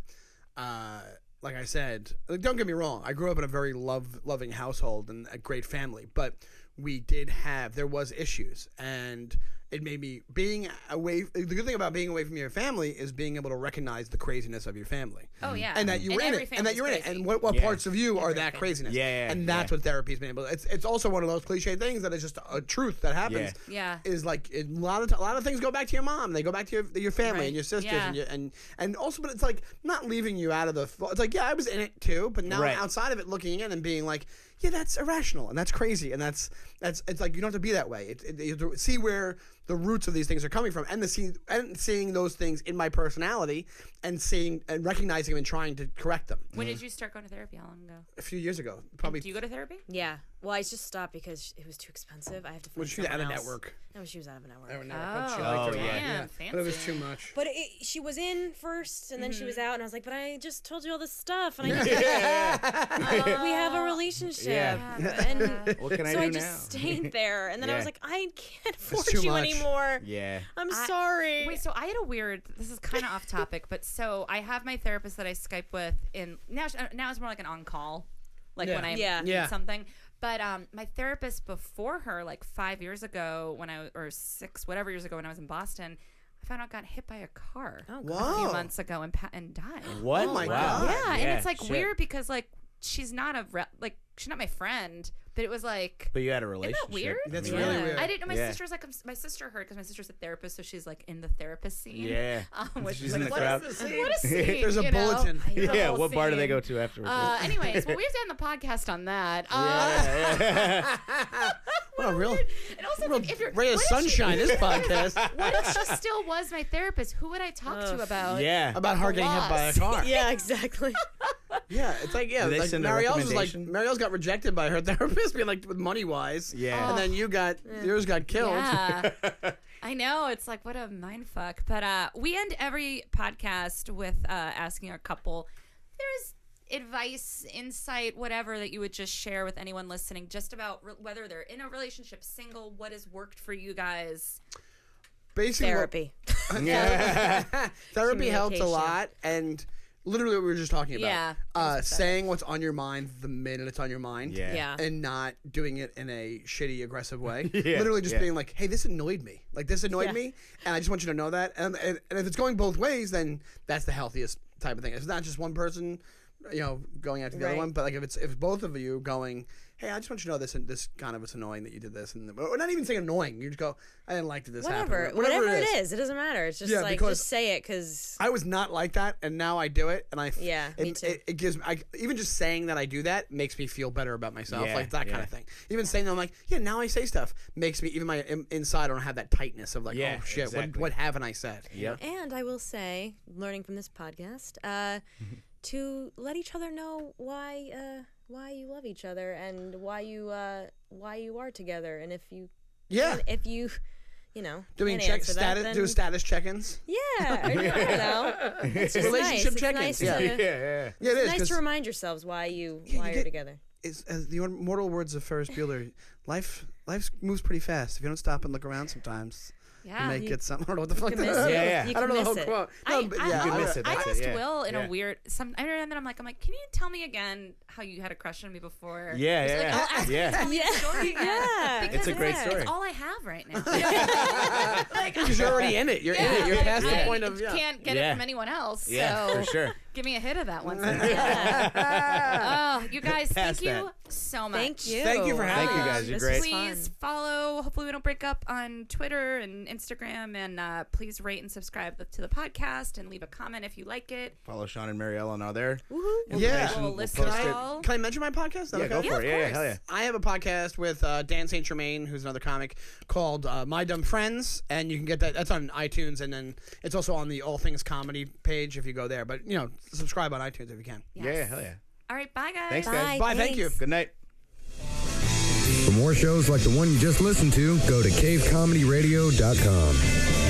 Speaker 3: that, uh, like I said, like, don't get me wrong. I grew up in a very love loving household and a great family, but we did have there was issues, and it made me being away. The good thing about being away from your family is being able to recognize the craziness of your family.
Speaker 2: Oh yeah,
Speaker 3: And that you were in
Speaker 2: every
Speaker 3: it, and that
Speaker 2: family's
Speaker 3: you're in it,
Speaker 2: crazy.
Speaker 3: and what, what
Speaker 1: Mm-hmm. Yeah.
Speaker 3: parts of you are
Speaker 2: Every
Speaker 3: that
Speaker 2: family.
Speaker 3: craziness?
Speaker 1: Yeah, yeah,
Speaker 3: and that's
Speaker 1: yeah.
Speaker 3: what therapy's been able. It's it's also one of those cliche things that is just a truth that happens.
Speaker 2: Yeah. Yeah.
Speaker 3: is like a lot of t- a lot of things go back to your mom. They go back to your your family
Speaker 4: Right.
Speaker 3: and your sisters
Speaker 2: Yeah.
Speaker 3: and your, and and also, but it's like not leaving you out of the. fo- It's like yeah, I was in it too, but now
Speaker 1: Right.
Speaker 3: I'm outside of it, looking in and being like, yeah, that's irrational and that's crazy and that's that's it's like you don't have to be that way. It, it, you have to see where the roots of these things are coming from and the see and seeing those things in my personality and seeing and recognizing them and trying to correct them.
Speaker 2: When did you start going to therapy? How long ago?
Speaker 3: A few years ago, probably
Speaker 2: Do you go to therapy?
Speaker 4: Yeah. Well, I just stopped because it was too expensive. I have to find
Speaker 3: when she was out of
Speaker 4: someone else.
Speaker 3: network.
Speaker 4: No, she was out of a network.
Speaker 3: Out of
Speaker 2: Oh,
Speaker 3: network, but she
Speaker 1: Oh,
Speaker 3: liked it a lot,
Speaker 1: yeah.
Speaker 2: man,
Speaker 3: But it was
Speaker 2: fancy.
Speaker 3: too much.
Speaker 4: But it, she was in first, and then she was out, and I was like, "But I just told you all this stuff, and I we have a relationship."
Speaker 1: Yeah.
Speaker 4: And
Speaker 1: What can I
Speaker 4: so
Speaker 1: do
Speaker 4: I,
Speaker 1: now?
Speaker 4: just stayed there, and then I
Speaker 1: Yeah.
Speaker 4: was like, "I can't afford
Speaker 3: too
Speaker 4: you
Speaker 3: much.
Speaker 4: anymore.
Speaker 1: yeah.
Speaker 4: I'm
Speaker 2: I-
Speaker 4: sorry."
Speaker 2: Wait, so I had a weird. This is kind of off topic, but so I have my therapist that I Skype with in now. sh- uh, Now it's more like an on call, like when
Speaker 3: Yeah.
Speaker 2: I
Speaker 4: Yeah.
Speaker 2: need
Speaker 3: Yeah.
Speaker 2: something. But um, my therapist before her, like five years ago, when I or six whatever years ago when I was in Boston, I found out got hit by a car
Speaker 4: oh,
Speaker 2: a few
Speaker 3: Wow.
Speaker 2: months ago and pa- and died.
Speaker 1: What?
Speaker 3: Oh my
Speaker 1: wow.
Speaker 3: God.
Speaker 2: Yeah, and it's like
Speaker 1: shit.
Speaker 2: weird because like she's not a re- like she's not my friend, but it was like
Speaker 1: But you had a relationship.
Speaker 2: weird?
Speaker 1: I
Speaker 3: That's
Speaker 1: mean,
Speaker 3: really
Speaker 4: Yeah.
Speaker 3: weird.
Speaker 2: I didn't know. My
Speaker 1: Yeah.
Speaker 2: sister's like, I'm, s- my sister heard because my sister's a therapist, so she's like in the therapist scene.
Speaker 1: Yeah.
Speaker 2: Um, which
Speaker 1: She's
Speaker 2: is
Speaker 1: in
Speaker 2: like,
Speaker 1: the
Speaker 2: what
Speaker 1: crowd.
Speaker 2: a- what a scene.
Speaker 3: There's a
Speaker 2: you know?
Speaker 3: bulletin.
Speaker 2: I know,
Speaker 1: Yeah,
Speaker 2: whole
Speaker 1: what bar do they
Speaker 2: scene.
Speaker 1: go to afterwards?
Speaker 2: Uh, anyways, well, we have to end the podcast on that. Uh,
Speaker 1: Yeah, yeah.
Speaker 3: Wow, real,
Speaker 2: And also,
Speaker 3: real
Speaker 2: like, if you're
Speaker 3: ray of
Speaker 2: what if she-
Speaker 3: sunshine. This podcast
Speaker 2: What if she still was my therapist? Who would I talk to about?
Speaker 1: yeah.
Speaker 3: about her getting hit by a
Speaker 2: Loss.
Speaker 3: car.
Speaker 4: yeah, exactly.
Speaker 3: Yeah, it's like yeah,
Speaker 1: Did they
Speaker 3: like
Speaker 1: send a
Speaker 3: Marielle's was like
Speaker 1: recommendation?
Speaker 3: Marielle's got rejected by her therapist, being like with money wise.
Speaker 1: Yeah.
Speaker 3: and then you got yours got killed.
Speaker 2: Oh. Yeah. I know. It's like, what a mind fuck. But uh, we end every podcast with uh, asking our couple there's advice, insight, whatever that you would just share with anyone listening, just about re- whether they're in a relationship, single, what has worked for you guys.
Speaker 3: Basically, what-
Speaker 4: Therapy.
Speaker 3: therapy helps a
Speaker 4: Communication.
Speaker 3: lot, and literally what we were just talking about.
Speaker 2: Yeah,
Speaker 3: uh, saying what's on your mind the minute it's on your mind.
Speaker 1: Yeah.
Speaker 4: Yeah.
Speaker 3: and not doing it in a shitty, aggressive way.
Speaker 1: Yeah,
Speaker 3: Literally just
Speaker 1: yeah.
Speaker 3: being like, "Hey, this annoyed me. Like this annoyed
Speaker 4: Yeah.
Speaker 3: me, and I just want you to know that." And, and and if it's going both ways, then that's the healthiest type of thing. It's not just one person, you know, going after the other
Speaker 4: Right.
Speaker 3: one, but like if it's if both of you going, "Hey, I just want you to know this and this kind of was annoying that you did this," and or not even saying annoying, you just go, "I didn't like that this
Speaker 4: Whatever,
Speaker 3: happened."
Speaker 4: whatever it is. it doesn't matter. It's just
Speaker 3: Yeah,
Speaker 4: like
Speaker 3: because-
Speaker 4: just say it because
Speaker 3: I was not like that, and now I do it, and I f-
Speaker 4: Yeah, me
Speaker 3: and
Speaker 4: too.
Speaker 3: It, it gives I, even just saying that I do that makes me feel better about myself,
Speaker 1: Yeah,
Speaker 3: like that kind
Speaker 1: yeah.
Speaker 3: of thing. Even saying that I'm like, yeah, now I say stuff makes me even my in, inside. I don't have that tightness of like,
Speaker 1: Yeah,
Speaker 3: oh shit,
Speaker 1: exactly.
Speaker 3: what, what haven't I said?
Speaker 1: Yep.
Speaker 4: And I will say, learning from this podcast, uh,
Speaker 3: Mm-hmm.
Speaker 4: to let each other know why uh, why you love each other and why you uh, why you are together, and if you
Speaker 3: Yeah,
Speaker 4: and if you you know
Speaker 3: doing
Speaker 4: can't
Speaker 3: check
Speaker 4: answer that,
Speaker 3: status,
Speaker 4: then-
Speaker 3: do status check-ins.
Speaker 4: yeah, I don't know. It's just nice.
Speaker 3: Relationship
Speaker 4: It's
Speaker 3: check-ins,
Speaker 4: nice
Speaker 3: yeah.
Speaker 4: to,
Speaker 1: Yeah, yeah.
Speaker 3: Yeah, it is.
Speaker 4: it's nice
Speaker 3: 'cause
Speaker 4: to remind yourselves why you
Speaker 3: you
Speaker 4: why you
Speaker 3: get-
Speaker 4: are together.
Speaker 3: it's, as the immortal words of Ferris Bueller, life life moves pretty fast. If you don't stop and look around, sometimes
Speaker 2: Yeah.
Speaker 3: you may get something. I don't know what the fuck
Speaker 4: can
Speaker 3: that
Speaker 4: miss
Speaker 3: is.
Speaker 1: it. Yeah, yeah.
Speaker 4: You
Speaker 3: I don't
Speaker 4: can
Speaker 3: know the whole
Speaker 4: miss it.
Speaker 3: quote. No,
Speaker 2: I,
Speaker 3: but
Speaker 2: I,
Speaker 3: yeah,
Speaker 1: You
Speaker 3: I-
Speaker 1: can miss it.
Speaker 2: I
Speaker 1: That's it.
Speaker 2: asked
Speaker 1: Yeah.
Speaker 2: Will in
Speaker 1: Yeah.
Speaker 2: a weird. Some I remember that I'm like I'm like, can you tell me again how you had a crush on me before?
Speaker 1: Yeah, yeah, yeah.
Speaker 2: "Oh,
Speaker 1: yeah.
Speaker 4: Yeah,
Speaker 2: Story again.
Speaker 4: yeah.
Speaker 2: Because
Speaker 1: It's a great
Speaker 2: like,
Speaker 1: story.
Speaker 2: It's all I have right now. like,
Speaker 3: Because you're already in it. You're in it. You're
Speaker 2: like,
Speaker 3: past
Speaker 2: I
Speaker 3: the point of yeah.
Speaker 2: can't get
Speaker 1: Yeah.
Speaker 2: it from anyone else.
Speaker 1: Yeah,
Speaker 2: so
Speaker 1: for sure.
Speaker 2: give me a hit of that once. in a while. oh, you guys,
Speaker 1: Pass
Speaker 2: thank you so much.
Speaker 4: Thank you.
Speaker 3: Thank you for having
Speaker 1: Thank you
Speaker 3: us.
Speaker 1: guys. You're
Speaker 4: This
Speaker 1: great.
Speaker 4: was
Speaker 2: Please
Speaker 4: fun.
Speaker 2: follow. Hopefully, we don't break up on Twitter and Instagram. And uh, please rate and subscribe to the podcast and leave a comment if you like it.
Speaker 1: Follow Sean and Marielle on all their
Speaker 4: Woohoo.
Speaker 1: information.
Speaker 2: We'll
Speaker 1: We'll
Speaker 2: list
Speaker 1: post
Speaker 2: it
Speaker 1: it.
Speaker 2: all.
Speaker 3: Can I mention my podcast? Is that
Speaker 1: Yeah, go
Speaker 3: okay?
Speaker 1: for
Speaker 2: of
Speaker 1: it. Yeah, yeah,
Speaker 2: course.
Speaker 1: hell yeah.
Speaker 3: I have a podcast with uh, Dan St. Germain, who's another comic, called uh, My Dumb Friends, and you can get that. That's on iTunes, and then it's also on the All Things Comedy page if you go there. But you know, subscribe on iTunes if you can.
Speaker 1: Yeah, yeah, hell yeah.
Speaker 2: All right, bye guys.
Speaker 1: Thanks, guys.
Speaker 4: Bye,
Speaker 3: Bye. Thank you.
Speaker 4: thanks.
Speaker 1: Good night.
Speaker 5: For more shows like the one you just listened to, go to cavecomedyradio.com.